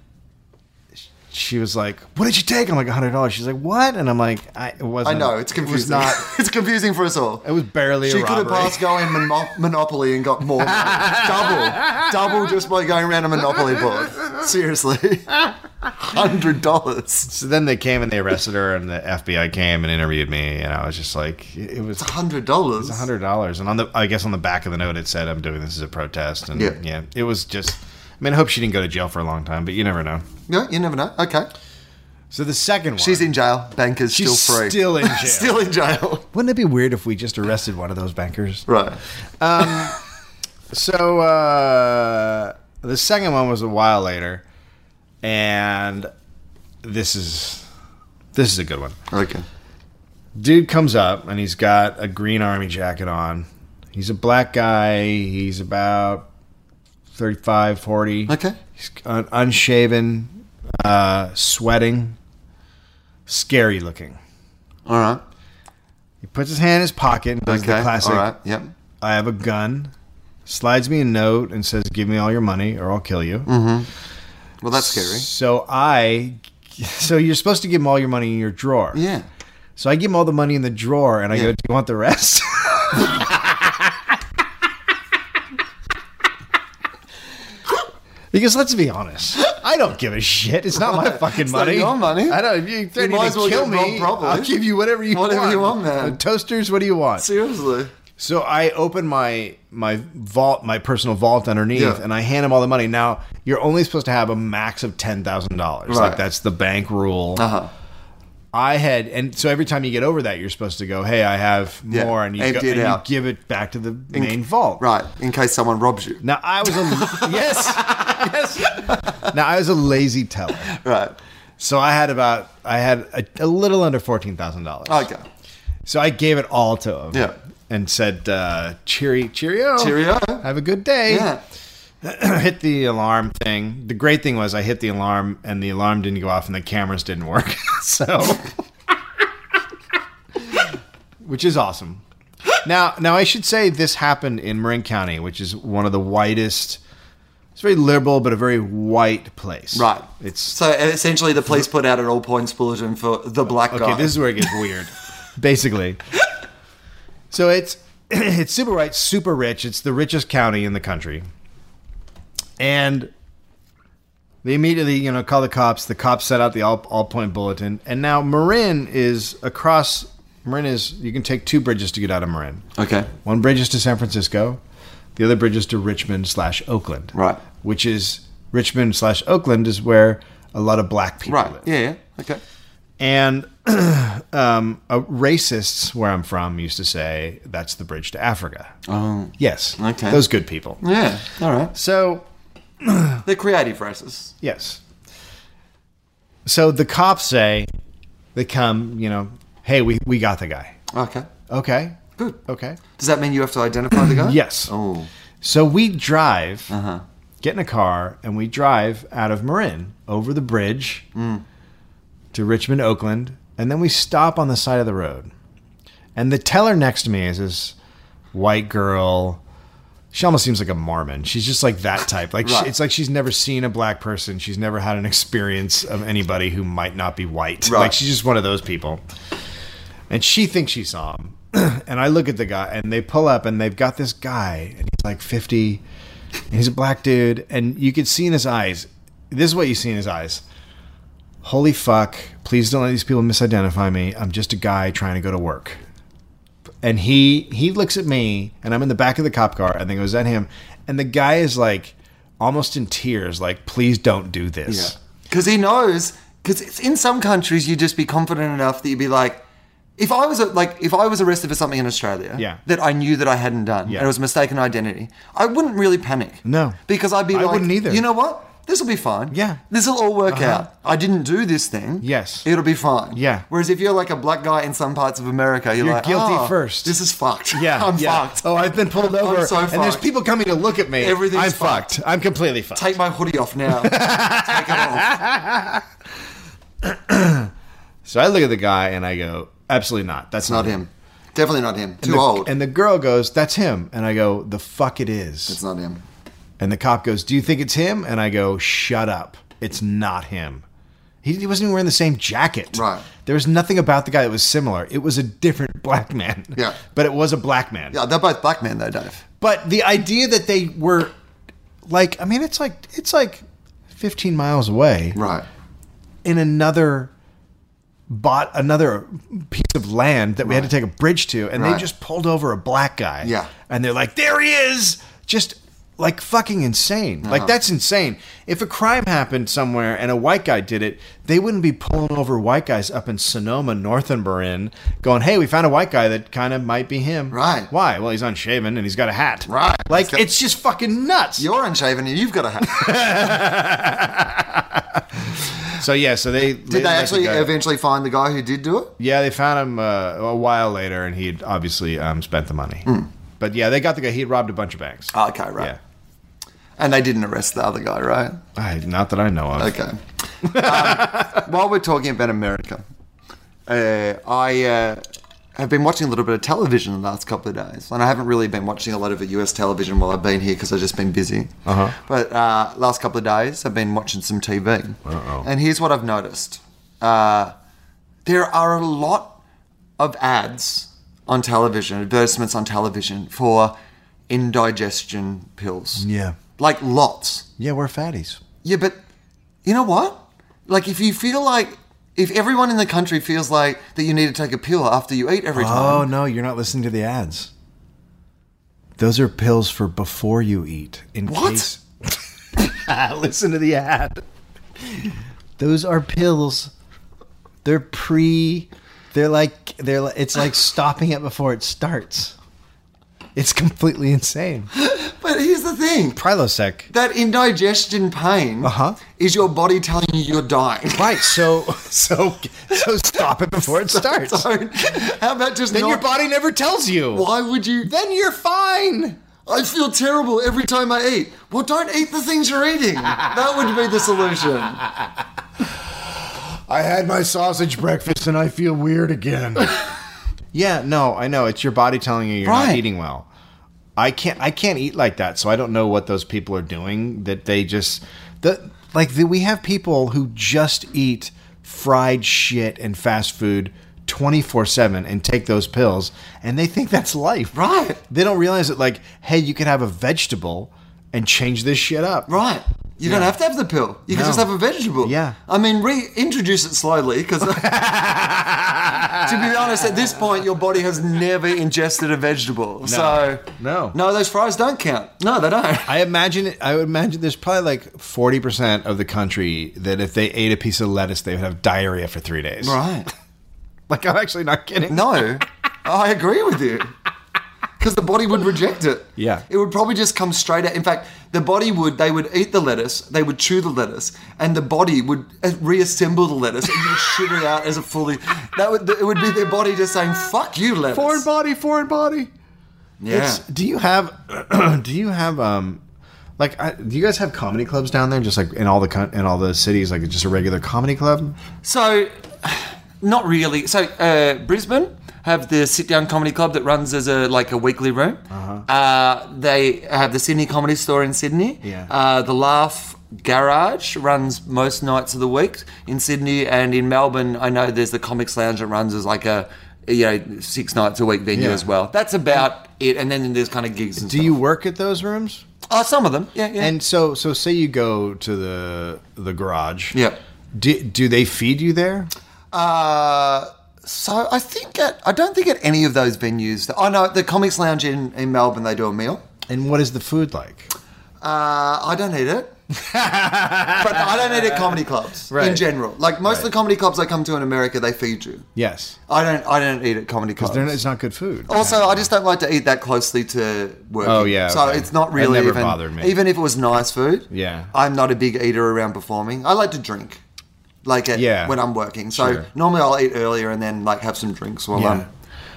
she was like, what did you take? I'm like, $100. She's like, what? And I'm like, I, it
I
wasn't.
know it's
It was
confusing.
not.
it's confusing for us all.
It was barely
She
a
could have
robbery.
passed going mono- Monopoly and got more money. double, double just by going around a Monopoly board. Seriously, hundred dollars,
So then they came and they arrested her and the FBI came and interviewed me. And I was just like, it it was
hundred dollars.
hundred dollars, and on the I guess on the back of the note it said I'm doing this as a protest, and
Yeah.
yeah, it was just. I mean, I hope she didn't go to jail for a long time, but you never know.
No, you never know. Okay,
So the second one,
she's in jail. Banker's
She's
still free.
still in jail.
still in jail.
Wouldn't it be weird if we just arrested one of those bankers?
Right.
So uh, the second one was a while later, and this is this is a good one.
Okay.
dude comes up and he's got a green army jacket on. He's a black guy. He's about 35, 40.
Okay.
He's un- unshaven, uh, sweating, scary looking.
All right.
He puts his hand in his pocket and does
Okay.
the classic.
All right. Yep.
I have a gun. Slides me a note and says, "Give me all your money, or I'll kill you."
Mm-hmm. Well, that's scary.
So I, so you're supposed to give him all your money in your drawer.
Yeah.
So I give him all the money in the drawer, and I go,
Yeah.
"Do you want the rest?" Because let's be honest, I don't give a shit. It's not my fucking
It's not
money.
your money.
I don't. If you threaten
might
to
as well
kill
get robbed
me,
properly.
I'll give you whatever you
Whatever
want. Uh,
you want, man.
Toasters, what do you want?
Seriously.
So I open my my vault, my personal vault underneath,
Yeah.
and I hand him all the money. Now you're only supposed to have a max of ten thousand dollars. Like
Right.
that's the bank rule.
Uh huh.
I had, and so every time you get over that, you're supposed to go, "Hey, I have
Yeah,
more," and, you, go,
empty it
and you
out.
give it back to the main vault.
Right. In case someone robs you.
Now I was a yes, yes. Now I was a lazy teller,
Right.
so I had about I had a, a little under fourteen thousand dollars.
Okay.
So I gave it all to him.
Yeah.
And said, uh, "Cheery, cheerio,
Cheerio.
Have a good day."
Yeah.
hit the alarm thing. The great thing was I hit the alarm and the alarm didn't go off and the cameras didn't work. so which is awesome. Now now I should say this happened in Marin County, which is one of the whitest it's very liberal but a very white place.
Right.
It's
so essentially the police put out an all points bulletin for the black
Okay,
guy.
this is where it gets weird. Basically. So it's it's super white, super rich. It's the richest county in the country. And they immediately, you know, call the cops. The cops set out the all, all point bulletin. And now Marin is across Marin is you can take two bridges to get out of Marin.
okay.
One bridge is to San Francisco, the other bridge is to Richmond slash Oakland.
Right.
Which is Richmond slash Oakland is where a lot of black people
Right.
live
Yeah. yeah. Okay.
and um, uh, racists where I'm from used to say that's the bridge to Africa. Oh, yes,
Okay.
those good people.
Yeah. All right.
So
They're creative racists.
yes, so the cops say they come. You know, hey, we we got the guy.
Okay.
Okay,
Good.
okay.
Does that mean you have to identify the guy?
Yes.
Oh.
So we drive,
Uh-huh.
get in a car, and we drive out of Marin over the bridge
Mm.
to Richmond, Oakland, and then we stop on the side of the road. And the teller next to me is this white girl. She almost seems like a Mormon. She's just like that type. Like
Right.
she, it's like she's never seen a black person. She's never had an experience of anybody who might not be white.
Right.
Like she's just one of those people. And she thinks she saw him. and I look at the guy, and they pull up, and they've got this guy, and he's like 50, and he's a black dude. And you could see in his eyes, this is what you see in his eyes. Holy fuck, please don't let these people misidentify me. I'm just a guy trying to go to work. And he he looks at me, and I'm in the back of the cop car, and then goes at him. And the guy is like almost in tears, like, please don't do this.
Because he knows. Because it's in some countries you just be confident enough that you'd be like, if I was like, if I was arrested for something in Australia
Yeah.
that I knew that I hadn't done
Yeah.
and it was mistaken identity, I wouldn't really panic.
No.
because I'd be
I
like,
wouldn't either.
You know what? This will be fine.
Yeah. Uh-huh.
this will all work out. I didn't do this thing.
Yes.
it'll be fine.
Yeah.
Whereas if you're like a black guy in some parts of America, you're,
You're
like,
guilty
"Oh,
first."
This is fucked.
Yeah,
I'm
yeah.
fucked.
Oh, I've been pulled over,
so
and there's
fucked.
people coming to look at me.
Everything's
I'm
fucked.
fucked. I'm completely fucked.
Take my hoodie off now. Take it off.
So I look at the guy and I go, absolutely not. That's
Not him. Definitely not him. Too
And the-
old.
And the girl goes, that's him. And I go, the fuck it is.
it's not him.
and the cop goes, do you think it's him? And I go, shut up. It's not him. He, he wasn't even wearing the same jacket.
Right.
There was nothing about the guy that was similar. It was a different black man.
Yeah.
But it was a black man.
Yeah, they're both black men though, Dave.
But the idea that they were like, I mean, it's like, it's like 15 miles away.
Right.
in another bought another piece of land that we had to take a bridge to and
Right.
they just pulled over a black guy
Yeah.
and they're like there he is just like fucking insane like
Uh-huh.
that's insane if a crime happened somewhere and a white guy did it they wouldn't be pulling over white guys up in sonoma north and marin going hey we found a white guy that kind of might be him
Right.
why well he's unshaven and he's got a hat
Right.
like
He's got-
it's just fucking nuts
You're unshaven and you've got a hat.
so yeah so they
Did they actually
event?
eventually find the guy who did do it?
Yeah, they found him uh, a while later, and he'd obviously um, spent the money. But yeah, they got the guy. He had robbed a bunch of banks.
Ah, okay, Hmm. right.
yeah,
And they didn't arrest the other guy, right?
I, not that I know of.
Okay. um, while we're talking about America, uh, I uh, have been watching a little bit of television the last couple of days, and I haven't really been watching a lot of US television while I've been here because I've just been busy. Uh-huh. But uh, last couple of days, I've been watching some TV,
Uh-oh.
and here's what I've noticed: uh, there are a lot of ads on television, advertisements on television for indigestion pills.
Yeah.
like lots.
Yeah, we're fatties.
Yeah, but you know what? Like, if you feel like, if everyone in the country feels like that you need to take a pill after you eat every
Oh
time,
no, you're not listening to the ads. Those are pills for before you eat. In
What?
case listen to the ad. Those are pills. They're pre. They're like they're. Like, it's like stopping it before it starts. It's completely insane.
but here's the thing
Prilosec.
that indigestion pain
Uh-huh.
is your body telling you you're dying.
Right. So so so stop it before it starts.
So, how about just
Then
not-
your body never tells you.
Why would you?
Then you're fine.
I feel terrible every time I eat. Well, don't eat the things you're eating. That would be the solution.
I had my sausage breakfast and I feel weird again. yeah, no, I know. It's your body telling you you're not
Right.
eating well. I can't I can't eat like that, so I don't know what those people are doing that they just the like the, we have people who just eat fried shit and fast food 24/7 and take those pills and they think that's life.
Right.
They don't realize that like hey, you could have a vegetable and change this shit up.
Right. You don't have to have the pill. You can
No.
just have a vegetable.
Yeah.
I mean, reintroduce it slowly because, to be honest, at this point, your body has never ingested a vegetable. So,
No.
no, those fries don't count. No, they don't.
I imagine I would imagine there's probably like forty percent of the country that if they ate a piece of lettuce, they would have diarrhea for three days.
Right.
Like I'm actually not kidding.
No, I agree with you. Because the body would reject it.
Yeah.
It would probably just come straight out. In fact, the body would, they would eat the lettuce, they would chew the lettuce, and the body would uh, reassemble the lettuce and would shit it out as a fully. That would, it would be their body just saying, fuck you, lettuce.
Foreign body, foreign body.
yeah.
do you have? do you have? Um, like, I, do you guys have comedy clubs down there? Just like in all the coun- in all the cities, like it's just a regular comedy club.
So, not really. So, uh, Brisbane have the sit down comedy club that runs as a like a weekly room. Uh-huh. they have the Sydney Comedy Store in Sydney.
Yeah.
Uh, the Laugh Garage runs most nights of the week in Sydney and in Melbourne. I know there's the Comics Lounge that runs as like a you know six nights a week venue
Yeah.
as well. That's about it. And then there's kind of gigs. And
Do you work at those rooms?
Oh, some of them. Yeah. Yeah.
And so, so say you go to the the garage.
Yep.
Do, do they feed you there?
Uh, so I think at I don't think at any of those venues. I know at the Comics Lounge in, in Melbourne they do a meal.
And what is the food like?
Uh, I don't eat it, but I don't eat at comedy clubs in
Right.
general. Like most of the
Right.
comedy clubs I come to in America, they feed you.
Yes,
I don't I don't eat at comedy clubs.
They're not- it's not good food.
also, I just don't like to eat that closely to work.
Oh, yeah,
so
okay.
it's not
That
really
never
even.
bothered me.
Even if it was nice food,
Yeah.
I'm not a big eater around performing. I like to drink, like at,
Yeah.
when I'm working. So
Sure.
normally I'll eat earlier and then like have some drinks while
Yeah.
I'm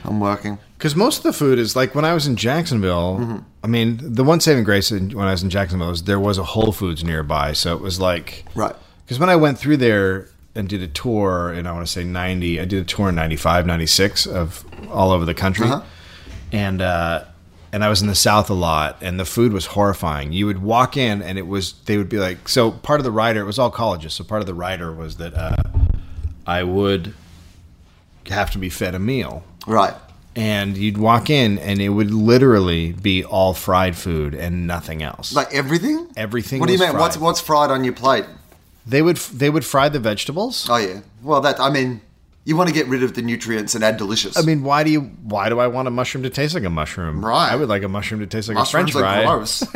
I'm working.
Because most of the food is like when I was in Jacksonville.
Mm-hmm.
I mean, the one saving grace in, when I was in Jacksonville was there was a Whole Foods nearby, so it was like
Right.
Because when I went through there and did a tour, and I want to say ninety, I did a tour in 95, 96 of all over the country, and uh, and I was in the South a lot, and the food was horrifying. You would walk in, and it was they would be like, so part of the rider it was all colleges, so part of the rider was that uh, I would have to be fed a meal
Right.
and you'd walk in and it would literally be all fried food and nothing else.
Like everything.
Everything
What do you
was
mean? What's
fried.
what's fried on your plate?
they would they would fry the vegetables.
Oh yeah. Well, that I mean, you want to get rid of the nutrients and add delicious.
I mean, why do you why do I want a mushroom to taste like a mushroom?
Right.
I would like a mushroom to taste like
mushrooms
a french fry.
are gross.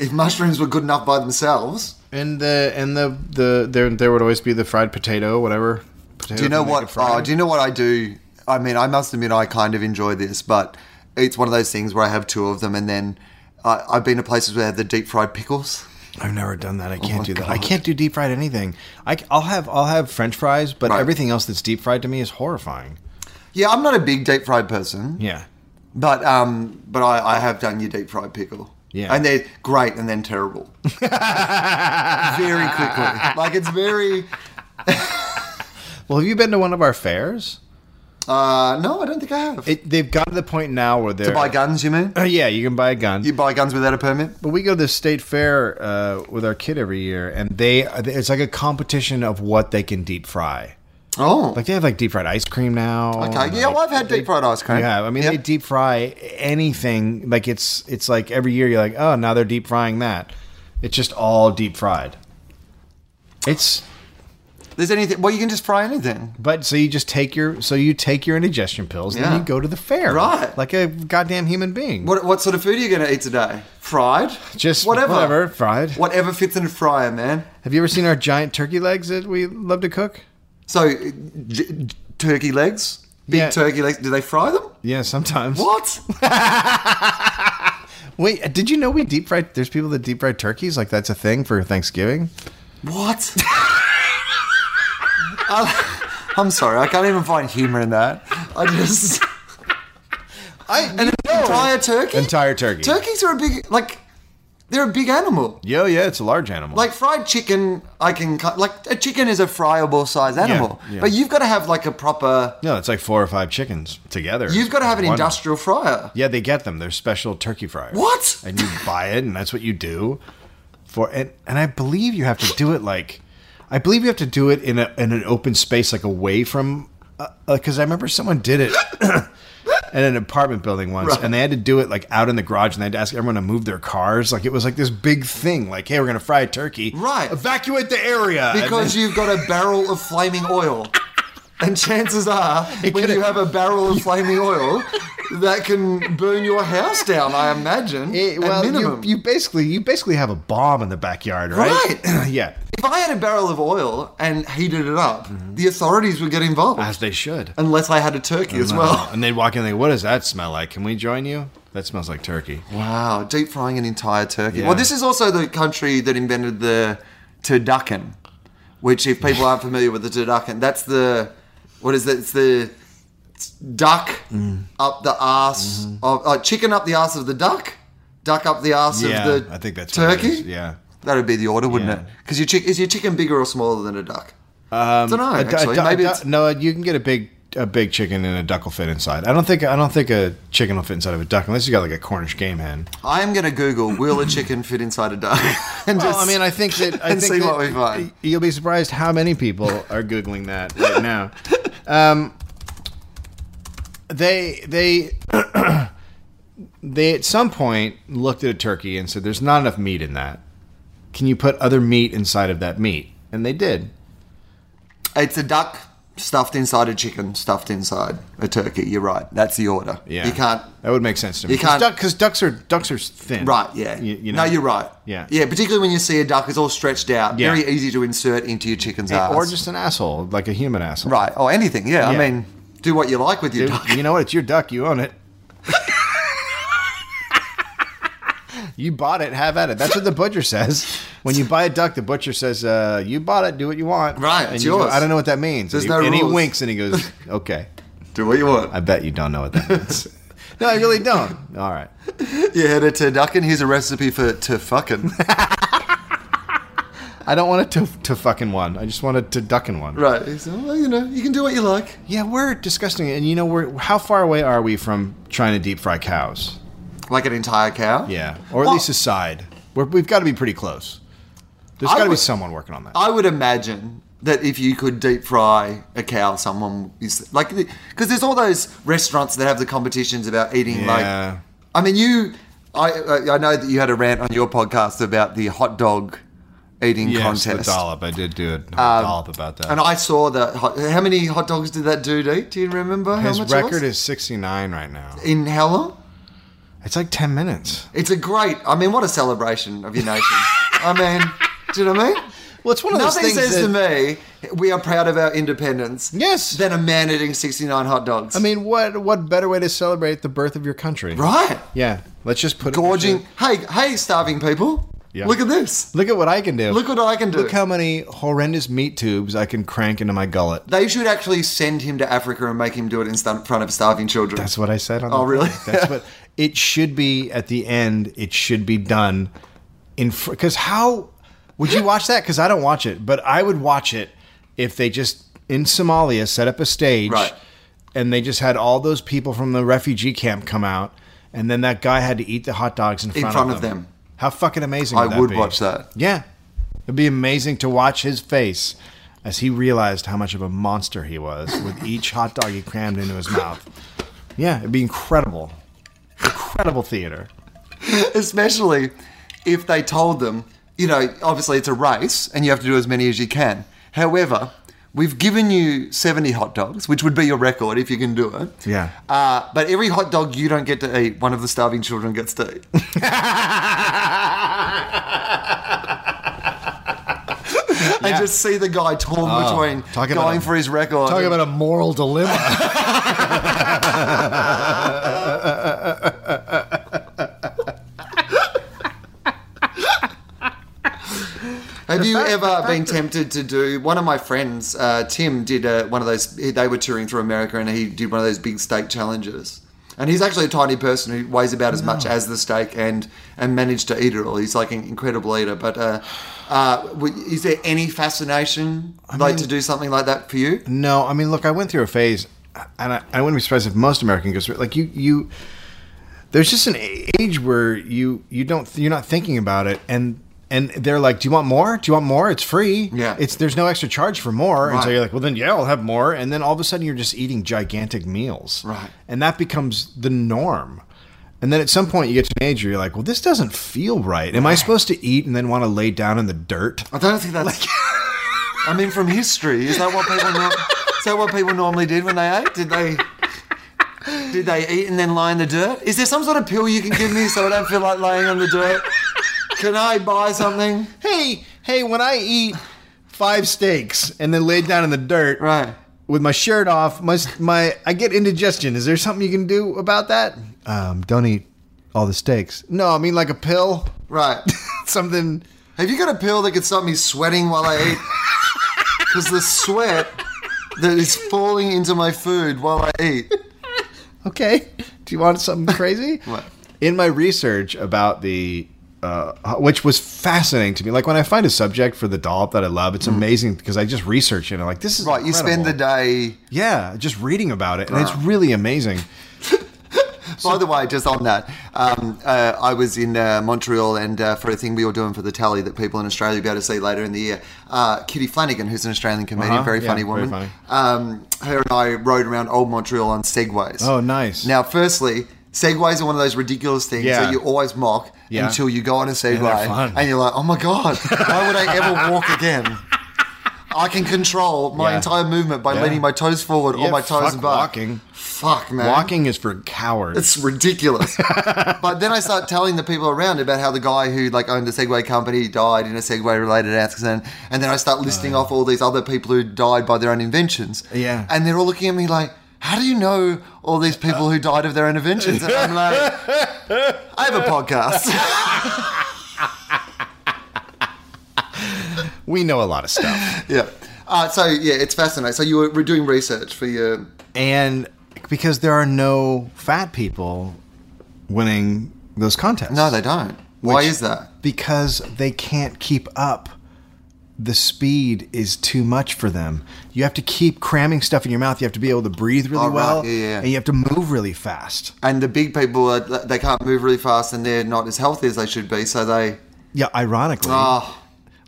if mushrooms were good enough by themselves,
And the and the the there there would always be the fried potato, whatever. Potato
do you know
they could
what?
fry.
Oh, do you know what I do? I mean, I must admit, I kind of enjoy this, but it's one of those things where I have two of them, and then I, I've been to places where they have the deep fried pickles.
I've never done that. I can't
Oh my
do that.
God.
I can't do deep fried anything. I, will have I'll have French fries, but
Right.
everything else that's deep fried to me is horrifying.
Yeah, I'm not a big deep fried person.
Yeah.
But um, but I, I have done your deep fried pickle.
Yeah.
And they're great and then terrible. very quickly. Like it's very
Well, have you been to one of our fairs?
Uh, no, I don't think I have.
It, they've got to the point now where they're
to buy guns, you mean?
Uh, yeah, you can buy a gun.
You buy guns without a permit?
But we go to the state fair uh, with our kid every year, and they it's like a competition of what they can deep fry.
Oh,
Like they have like deep fried ice cream now.
okay. Yeah, well, I've had deep fried ice cream.
Yeah, I mean they deep fry anything. Like it's it's like every year you're like, oh, now they're deep frying that. It's just all deep fried. It's
There's anything. Well, you can just fry anything.
but so you just take your so you take your indigestion pills, and
Yeah.
then you go to the fair,
Right.
Like a goddamn human being.
What, what sort of food are you going to eat today? Fried?
Just whatever, fried.
Whatever fits in a fryer, man.
Have you ever seen our giant turkey legs that we love to cook?
So, j- j- turkey legs? Big
Yeah.
turkey legs. Do they fry them?
Yeah, sometimes.
What?
Wait, did you know we deep fried? There's people that deep fry turkeys. Like that's a thing for Thanksgiving.
what? I, I'm sorry. I can't even find humor in that. I just. I, an entire turkey?
Entire turkey.
Turkeys are a big. Like, they're a big animal.
Yo, yeah, it's a large animal.
Like fried chicken, I can cut. Like a chicken is a friable size animal,
yeah.
but you've got to have like a proper.
no, it's like four or five chickens together.
You've got to have an
One-
industrial fryer.
Yeah, they get them. They're special turkey fryers.
What?
And you buy it, and that's what you do. For and and I believe you have to do it like, I believe you have to do it in a in an open space, like away from, because I remember someone did it. In an apartment building once,
Right.
and they had to do it like out in the garage, and they had to ask everyone to move their cars. Like it was like this big thing. Like, hey, we're gonna fry a turkey.
Right.
Evacuate the area. And
Because
then-
you've got a barrel of flaming oil. And chances are, when
could've-
you have a barrel of flaming oil, that can burn your house down, I imagine.
It-
at
Eh, well, you,
minimum.
you basically you basically have a bomb in the backyard, right?
Right.
yeah.
if I had a barrel of oil and heated it up, the authorities would get involved.
Mm-hmm. As they should.
Unless I had a turkey as
Uh,
well.
and they'd walk in and like, what does that smell like? Can we join you? That smells like turkey.
Wow, deep frying an entire turkey.
Yeah.
Well, this is also the country that invented the turducken, which, if people aren't familiar with the turducken, that's the what is that? It's the duck
Mm.
up the ass
Mm-hmm.
of uh, chicken up the ass of the duck, duck up the ass
yeah,
of the
I think that's what it
turkey.
is. Yeah.
that would be the order, wouldn't it?
Yeah.
Because your chick is your chicken bigger or smaller than a duck? I don't know.
A du- a
Actually,
du-
maybe
a du-
it's
no, you can get a big a big chicken and a duck will fit inside. I don't think I don't think a chicken will fit inside of a duck unless you got like a Cornish game hen.
I'm going to Google will a chicken fit inside a duck? and
Well,
just-
I mean, I think that I
and
think
see
that
what we find.
You'll be surprised how many people are googling that right now. Um, they they they at some point looked at a turkey and said, "There's not enough meat in that. Can you put other meat inside of that meat?" And they did.
It's a duck stuffed inside a chicken, stuffed inside a turkey. You're right. That's the order.
Yeah,
You can't.
That would make sense to me.
You can't-
because ducks are ducks are thin.
Right, yeah.
You, you
No,
know?
you're right.
Yeah.
Yeah, particularly when you see a duck, it's all stretched out.
Yeah.
Very easy to insert into your chicken's ass.
Or just an asshole, like a human asshole.
Right, or anything. Yeah,
Yeah.
I mean, do what you like with your
Dude,
duck.
you know what? It's your duck. You own it. you bought it. Have at it. That's what the butcher says. When you buy a duck, the butcher says, uh, "You bought it. Do what you want."
Right,
And
it's
you go,
yours.
I don't know what that means.
There's
and he,
no
And he
rules.
winks and he goes, "Okay."
Do what you want.
I bet you don't know what that means. no, I really don't. All right.
You had a turducken. Here's a recipe for to fucking.
I don't want it to to fucking one. I just want it to ducking one.
right. So, well, you know, you can do what you like.
Yeah, we're disgusting. And you know, we're how far away are we from trying to deep fry cows?
Like an entire cow.
Yeah, or at
Well-
least a side. We're, we've got to be pretty close. There's
I
got to be
would-
someone working on that.
I would imagine that if you could deep fry a cow, someone is like because there's all those restaurants that have the competitions about eating.
Yeah.
Like, I mean, you, I, I I know that you had a rant on your podcast about the hot dog eating
yes,
contest. Um,
the dollop. I did do a dollop about that.
And I saw that. hot- How many hot dogs did that dude eat? Do you remember how
His
much?
record
it was?
is 69 right now.
in how long?
It's like 10 minutes.
It's a great. I mean, what a celebration of your nation. I mean, do you know what I mean?
Well, it's one of those
Nothing
things
says
that-
to me we are proud of our independence.
Yes.
Than a man eating sixty nine hot dogs.
I mean, what what better way to celebrate the birth of your country?
right?
Yeah, let's just put it-
Gorging. Hey, hey, starving people.
Yeah.
Look at this.
Look at what I can do.
Look what I can do.
Look how many horrendous meat tubes I can crank into my gullet.
They should actually send him to Africa and make him do it in st- front of starving children.
That's what I said. On
Oh,
the
really?
podcast. That's what it should be at the end. It should be done in because how would you watch that? Because I don't watch it, but I would watch it if they just in Somalia set up a stage
Right.
and they just had all those people from the refugee camp come out, and then that guy had to eat the hot dogs in front,
front of them.
How fucking amazing!
I
that
would
be?
watch that.
Yeah, it'd be amazing to watch his face as he realized how much of a monster he was with each hot dog he crammed into his mouth. Yeah, it'd be incredible, incredible theater.
especially if they told them, you know, obviously it's a race and you have to do as many as you can. However, we've given you 70 hot dogs, which would be your record if you can do it.
Yeah.
Uh, but every hot dog you don't get to eat, one of the starving children gets to eat. And just see the guy torn between
Oh, talk about
going
a-
for his record.
Talk about a moral dilemma.
Have you ever been tempted to do? One of my friends, uh, Tim, did uh, one of those. They were touring through America, and he did one of those big steak challenges. And he's actually a tiny person who weighs about as much as the steak, and and managed to eat it all. He's like an incredible eater. But uh, uh, w- is there any fascination like to do something like that for you?
no, I mean, look, I went through a phase, and I, I wouldn't be surprised if most American goes like you. You there's just an a- age where you you don't you're not thinking about it, and and they're like, do you want more? Do you want more? It's free.
Yeah.
it's there's no extra charge for more, and so
Right.
you're like, well, then yeah, I'll have more, and then all of a sudden you're just eating gigantic meals,
Right.
And that becomes the norm. And then at some point you get to an age where you're like, well, this doesn't feel right. Am I supposed to eat and then want to lay down in the dirt?
I don't think that's. I mean, from history, is that what people? Nor- is that what people normally did when they ate? Did they? Did they eat and then lie in the dirt? Is there some sort of pill you can give me so I don't feel like laying on the dirt? Can I buy something?
hey, hey, when I eat five steaks and then laid down in the dirt,
Right.
with my shirt off, my my I get indigestion. Is there something you can do about that? Um, don't eat all the steaks. No, I mean like a pill,
Right.
something.
Have you got a pill that could stop me sweating while I eat? Because the sweat that is falling into my food while I eat.
Okay, do you want something crazy?
What?
In my research about the. Uh, which was fascinating to me. Like when I find a subject for the dollop that I love, it's amazing because I just research it. And I'm like, this is
Mm. Right, you spend the
incredible.
day
yeah, just reading about it, and it's really amazing.
By the way, just on that, um, uh, I was in uh, Montreal and uh, for a thing we were doing for the tally that people in Australia will be able to see later in the year, uh, Kitty Flanagan, who's an Australian comedian,
Uh-huh,
very
yeah,
funny
very
woman.
funny.
Um, her and I rode around old Montreal on segways.
Oh, nice.
Now, firstly, segways are one of those ridiculous things
Yeah.
that you always mock
Yeah.
until you go on a segway
fun.
and you're like, oh my god, why would I ever walk again? I can control my
Yeah.
entire movement by
Yeah.
leaning my toes forward
Yeah,
or my toes
fuck
back.
walking.
Fuck man.
Walking is for cowards.
It's ridiculous. but then I start telling the people around about how the guy who like owned a Segway company died in a Segway related accident, and then I start listing off all these other people who died by their own inventions.
Yeah.
and they're all looking at me like. How do you know all these people who died of their own inventions? And I'm like, I have a podcast.
we know a lot of stuff.
yeah. Uh, so, yeah, it's fascinating. So, you were doing research for your.
and because there are no fat people winning those contests.
No, they don't. Why
Which-
is that?
Because they can't keep up. The speed is too much for them. You have to keep cramming stuff in your mouth. You have to be able to breathe really
Oh, right.
well.
Yeah, yeah.
And you have to move really fast.
And the big people, are, they can't move really fast and they're not as healthy as they should be, so they.
Yeah, ironically.
Oh,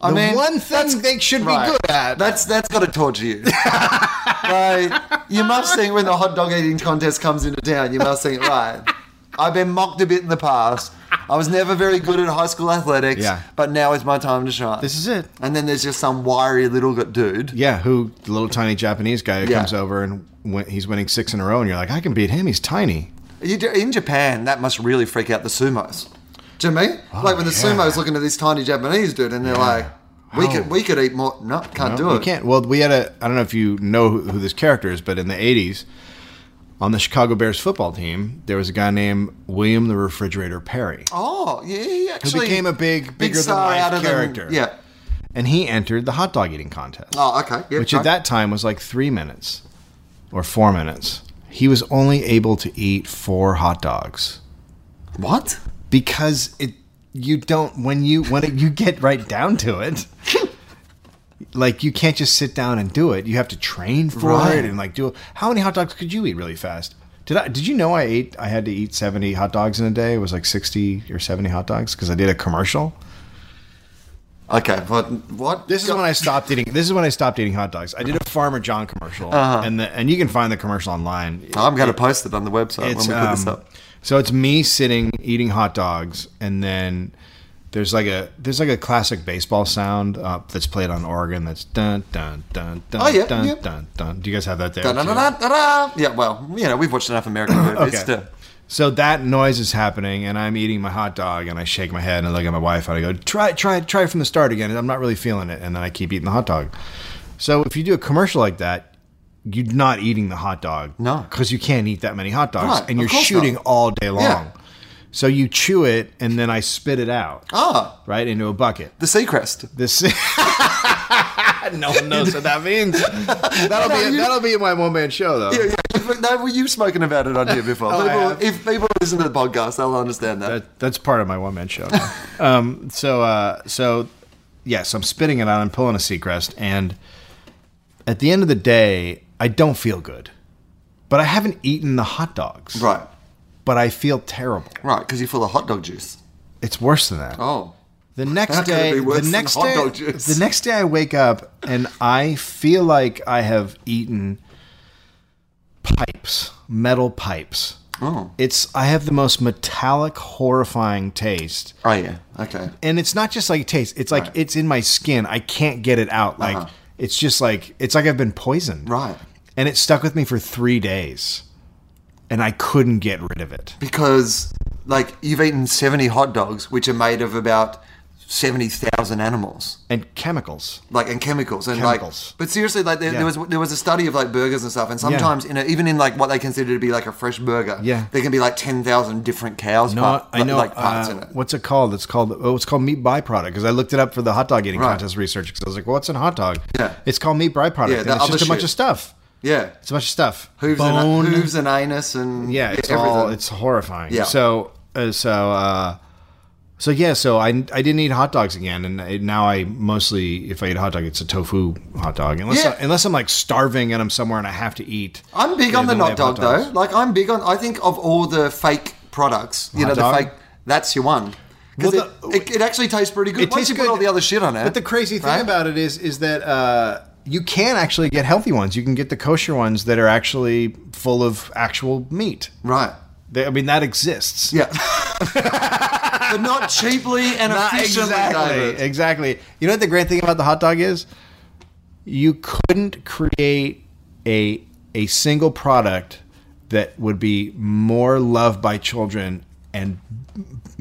I
the
mean,
one thing they should
right.
be good at.
That's that's got to torture you. like, you must think when the hot dog eating contest comes into town, you must think, right? I've been mocked a bit in the past. I was never very good at high school athletics,
Yeah.
but now is my time to shine.
This is it.
And then there's just some wiry little good dude.
Yeah, who the little tiny Japanese guy who
Yeah.
comes over and win, he's winning six in a row, and you're like, I can beat him. He's tiny.
You do- in Japan, that must really freak out the sumos. Do you know what I mean? like when the
Oh, yeah.
sumos looking at this tiny Japanese dude, and they're like, "We
Oh.
could we could eat more." No, can't
No,
do it.
You can't. Well, we had a. I don't know if you know who, who this character is, but in the '80s, on the Chicago Bears football team, there was a guy named William the Refrigerator Perry,
Oh, yeah, he actually
became a big, bigger than
star
life
out of them.
character.
Yeah.
and he entered the hot dog eating contest,
Oh, okay. Yeah,
which
right.
at that time was like three minutes or four minutes. He was only able to eat four hot dogs
What?
because it. You don't when you when it, you get right down to it. like you can't just sit down and do it. You have to train for
Right.
it and like do. How many hot dogs could you eat really fast? Did I? Did you know I ate? I had to eat seventy hot dogs in a day. It was like sixty or seventy hot dogs because I did a commercial.
Okay, but what?
This is when I stopped eating. This is when I stopped eating hot dogs. I did a Farmer John commercial, and the, and you can find the commercial online.
I'm going to post it on the website when we
It's
put this
um,
up.
so it's me sitting eating hot dogs, and then there's like a there's like a classic baseball sound uh, that's played on organ. That's dun dun dun dun
Oh, yeah,
dun
yeah.
dun dun. Do you guys have that there? too?
Da-da-da-da-da. Yeah, well, you know, we've watched enough American movies. uh,
Okay.
to-
So that noise is happening, and I'm eating my hot dog, and I shake my head and I look at my wife, and I go, "Try, try, try from the start again." And I'm not really feeling it, and then I keep eating the hot dog. So if you do a commercial like that, you're not eating the hot dog,
No.
because you can't eat that many hot dogs,
Right,
and
of
you're
course
shooting
not.
all day long.
Yeah.
So you chew it, and then I spit it out,
Ah,
right into a bucket.
the Seacrest.
This. no one knows what that means.
No,
That'll be
you-
that'll be in my one man show though.
Yeah, yeah. No, well, you've spoken about it on here before.
Oh, I
People-
have.
if people listen to the podcast, they'll understand that.
that, that's part of my one man show. now. um, so uh, so yes, I'm spitting it out. I'm pulling a Seacrest, and at the end of the day, I don't feel good, but I haven't eaten the hot dogs.
Right,
But I feel terrible.
right, because you're full of hot dog juice.
It's worse than that.
Oh,
The next
How could it
day,
be worse
the
than
next
hot
day,
dog juice?
the next day, I wake up and I feel like I have eaten pipes, metal pipes.
Oh.
It's I have the most metallic, horrifying taste.
oh yeah, okay.
and it's not just like taste. It's like
Right.
it's in my skin. I can't get it out. Like
Uh-huh.
it's just like it's like I've been poisoned.
Right.
And it stuck with me for three days, and I couldn't get rid of it.
Because, like, you've eaten 70 hot dogs, which are made of about 70,000 animals.
And chemicals.
like and chemicals and
Chemicals.
like but seriously like there,
Yeah.
there was there was a study of like burgers and stuff and sometimes you know even in like what they consider to be like a fresh burger
Yeah.
there can be like 10,000 different cows
No,
part-
I know.
like parts
uh,
in it
What's it called? It's called. Oh, it's called meat byproduct. Because I looked it up for the hot dog eating
Right.
contest research. Because I was like, well, what's in a hot dog?
Yeah.
It's called meat byproduct.
Yeah,
and
the
it's just
other
a bunch
shit.
of stuff.
yeah
It's a bunch of stuff.
hooves
Bone.
and hooves and anus and
yeah, it's
everything.
all it's horrifying.
Yeah.
So uh, so uh, so yeah. So I I didn't eat hot dogs again, and I, now I mostly if I eat a hot dog, it's a tofu hot dog. Unless
Yeah.
I, unless I'm like starving and I'm somewhere and I have to eat.
I'm big
Yeah,
on the
then they
not
have
dog
hot
though
dogs.
like I'm big on I think of all the fake products you
Hot
know
dog?
the fake that's your one because
Well,
it, it, it actually tastes pretty good once you put all the other shit on it
But the crazy thing
right?
about it is is that uh, you can actually get healthy ones. You can get the kosher ones that are actually full of actual meat.
right
They, I mean that exists.
yeah but not cheaply and
Not
efficiently David.
exactly. Exactly. You know what the great thing about the hot dog is? You couldn't create a a single product that would be more loved by children and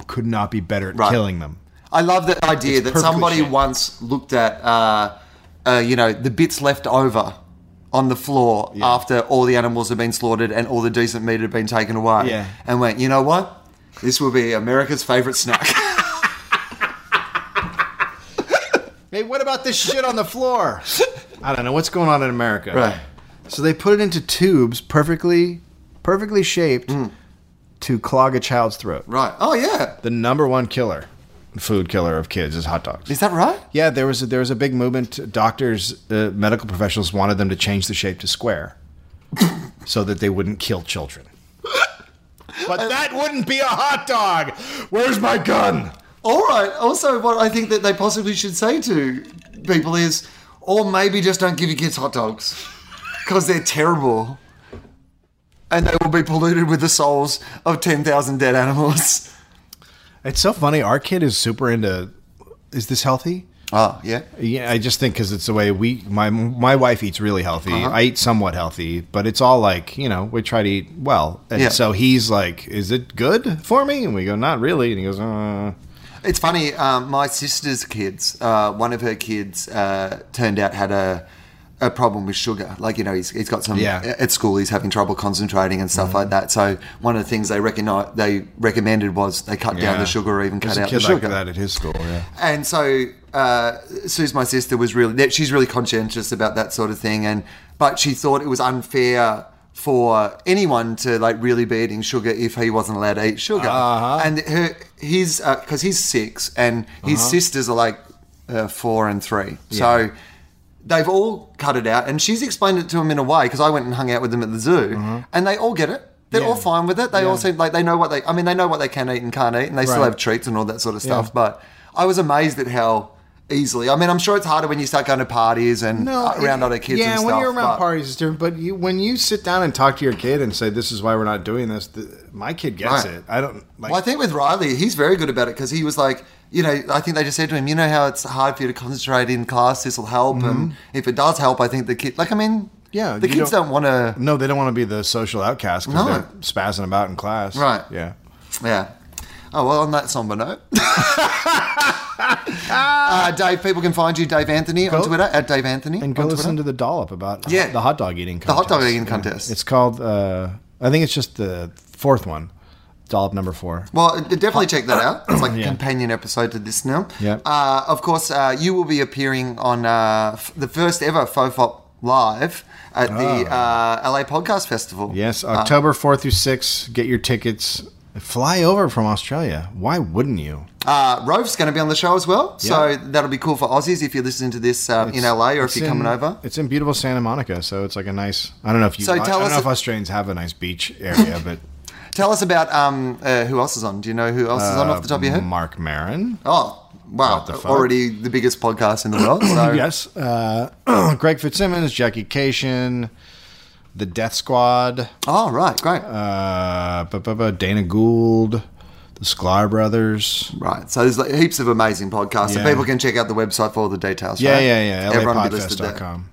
could not be better at
Right.
killing them.
I love the idea that
perfectly
somebody
shaped.
once looked at, uh, uh, you know, the bits left over on the floor after all the animals had been slaughtered and all the decent meat had been taken away,
Yeah.
and went, you know what? This will be America's favorite snack.
Hey, what about this shit on the floor? I don't know what's going on in America.
Right.
So they put it into tubes, perfectly, perfectly shaped, to clog a child's throat.
Mm. right? Oh yeah,
The number one killer, food killer of kids, is hot dogs.
is that right?
Yeah, there was a, there was a big movement. Doctors, uh, medical professionals wanted them to change the shape to square, so that they wouldn't kill children. But that wouldn't be a hot dog. Where's my gun?
All right. Also, what I think that they possibly should say to people is, or maybe just don't give your kids hot dogs because they're terrible, and they will be polluted with the souls of ten thousand dead animals.
It's so funny. Our kid is super into. Is this healthy?
Oh yeah.
Yeah, I just think because it's the way we my my wife eats really healthy.
Uh-huh.
I eat somewhat healthy, but it's all like you know we try to eat well, and
Yeah.
so he's like, "Is it good for me?" And we go, "Not really," and he goes, uh.
It's funny. Um, my sister's kids, uh, one of her kids, uh, turned out had a a problem with sugar. Like you know, he's, he's got some
Yeah. Mm.
at school. He's having trouble concentrating and stuff like that. So one of the things they recogni they recommended was they cut down the sugar or even
There's
cut
a
out
kid
the sugar.
like that at his school. Yeah.
And so uh, Sue's my sister was really she's really conscientious about that sort of thing, and but she thought it was unfair for anyone to like really be eating sugar if he wasn't allowed to eat sugar.
Uh-huh.
And her his because he's six and his sisters are like uh, four and uh, three, so they've all cut it out, and she's explained it to them in a way because I went and hung out with them at the zoo,
Mm-hmm.
and they all get it. They're all fine with it. They all seem like they know what they. I mean, they know what they can eat and can't eat, and they still
Right.
have treats and all that sort of stuff. But I was amazed at how easily. I mean, I'm sure it's harder when you start going to parties and uh, around
it-
other kids.
Yeah,
and stuff,
when you're around
but-
parties, it's different. But you, when you sit down and talk to your kid and say, "This is why we're not doing this," th my kid gets
Right.
it. I don't. Like,
Well, I think with Riley, he's very good about it because he was like, you know, I think they just said to him, you know how it's hard for you to concentrate in class. This will help, and if it does help, I think the kid, like, I mean,
Mm-hmm. Yeah,
the
you
kids don't,
don't-
want to,
no, they don't want to be the social outcast because
No.
they're spazzing about in class.
Right.
Yeah.
yeah. Oh well, on that somber note, uh, Dave, people can find you, Dave Anthony, on Twitter at Dave Anthony,
And go
on
listen
Twitter.
to the dollop about
Yeah.
the hot dog eating
The
contest.
hot dog eating
Yeah.
contest.
It's called, uh, I think it's just the fourth one, dollop number four.
Well, d- definitely check that out. It's like a
Yeah.
companion episode to this now.
Yep.
Uh, of course, uh, you will be appearing on uh, f- the first ever Fofop Live at the uh, LA Podcast Festival.
Ah. Yes, October 4th through 6th. Get your tickets. Fly over from Australia. Why wouldn't you?
Uh, Rove's going to be on the show as well. So that'll be cool for Aussies if you're listening to this um, in
It's-
LA or if
it's
you're
in-
coming over.
It's in beautiful Santa Monica, so it's like a nice. I don't know if you.
So
I,
tell
I don't
us
know
a-
if Australians have a nice beach area, but
Tell us about um, uh, who else is on. Do you know who else is on off the top of your head?
Mark Maron.
oh, wow.
What the fuck?
Already the biggest podcast in the world. So
Yes, uh, Greg Fitzsimmons, Jackie Cation, the Death Squad,
Oh, right. Great.
uh, bu- bu- bu- Dana Gould, the Sklar Brothers.
Right. So there's like heaps of amazing podcasts, and
Yeah.
people can check out the website for all the details.
Yeah,
right?
yeah, yeah.
Everyone will be listed there.
LAPodfest.com.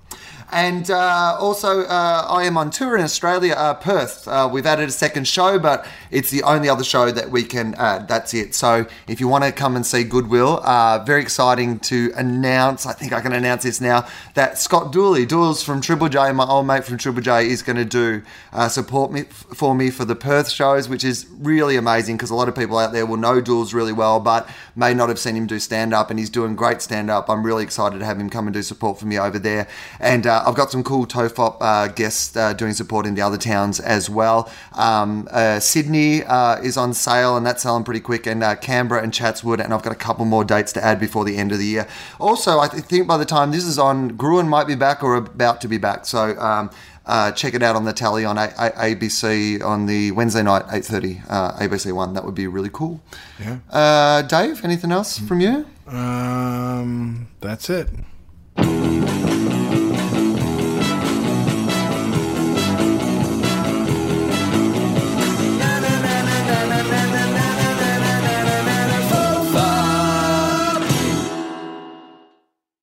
And uh, also, uh, I am on tour in Australia, uh, Perth. Uh, we've added a second show, but it's the only other show that we can add. That's it. So if you want to come and see Goodwill, uh, very exciting to announce. I think I can announce this now that Scott Dooley, Dool's from Triple J, my old mate from Triple J, is going to do uh, support me for me for the Perth shows, which is really amazing because a lot of people out there will know Dool's really well, but may not have seen him do stand up, and he's doing great stand up. I'm really excited to have him come and do support for me over there. And uh, I've got some cool TOEFOP uh, guests uh, doing support in the other towns as well. Um, uh, Sydney uh, is on sale, and that's selling pretty quick, and uh, Canberra and Chatswood, and I've got a couple more dates to add before the end of the year. Also, I th- think by the time this is on, Gruen might be back or about to be back. So, um, uh, check it out on the tally on a- A- ABC on the Wednesday night, 8.30, uh, ABC One. That would be really cool.
Yeah.
Uh, Dave, anything else from you?
Um, that's it.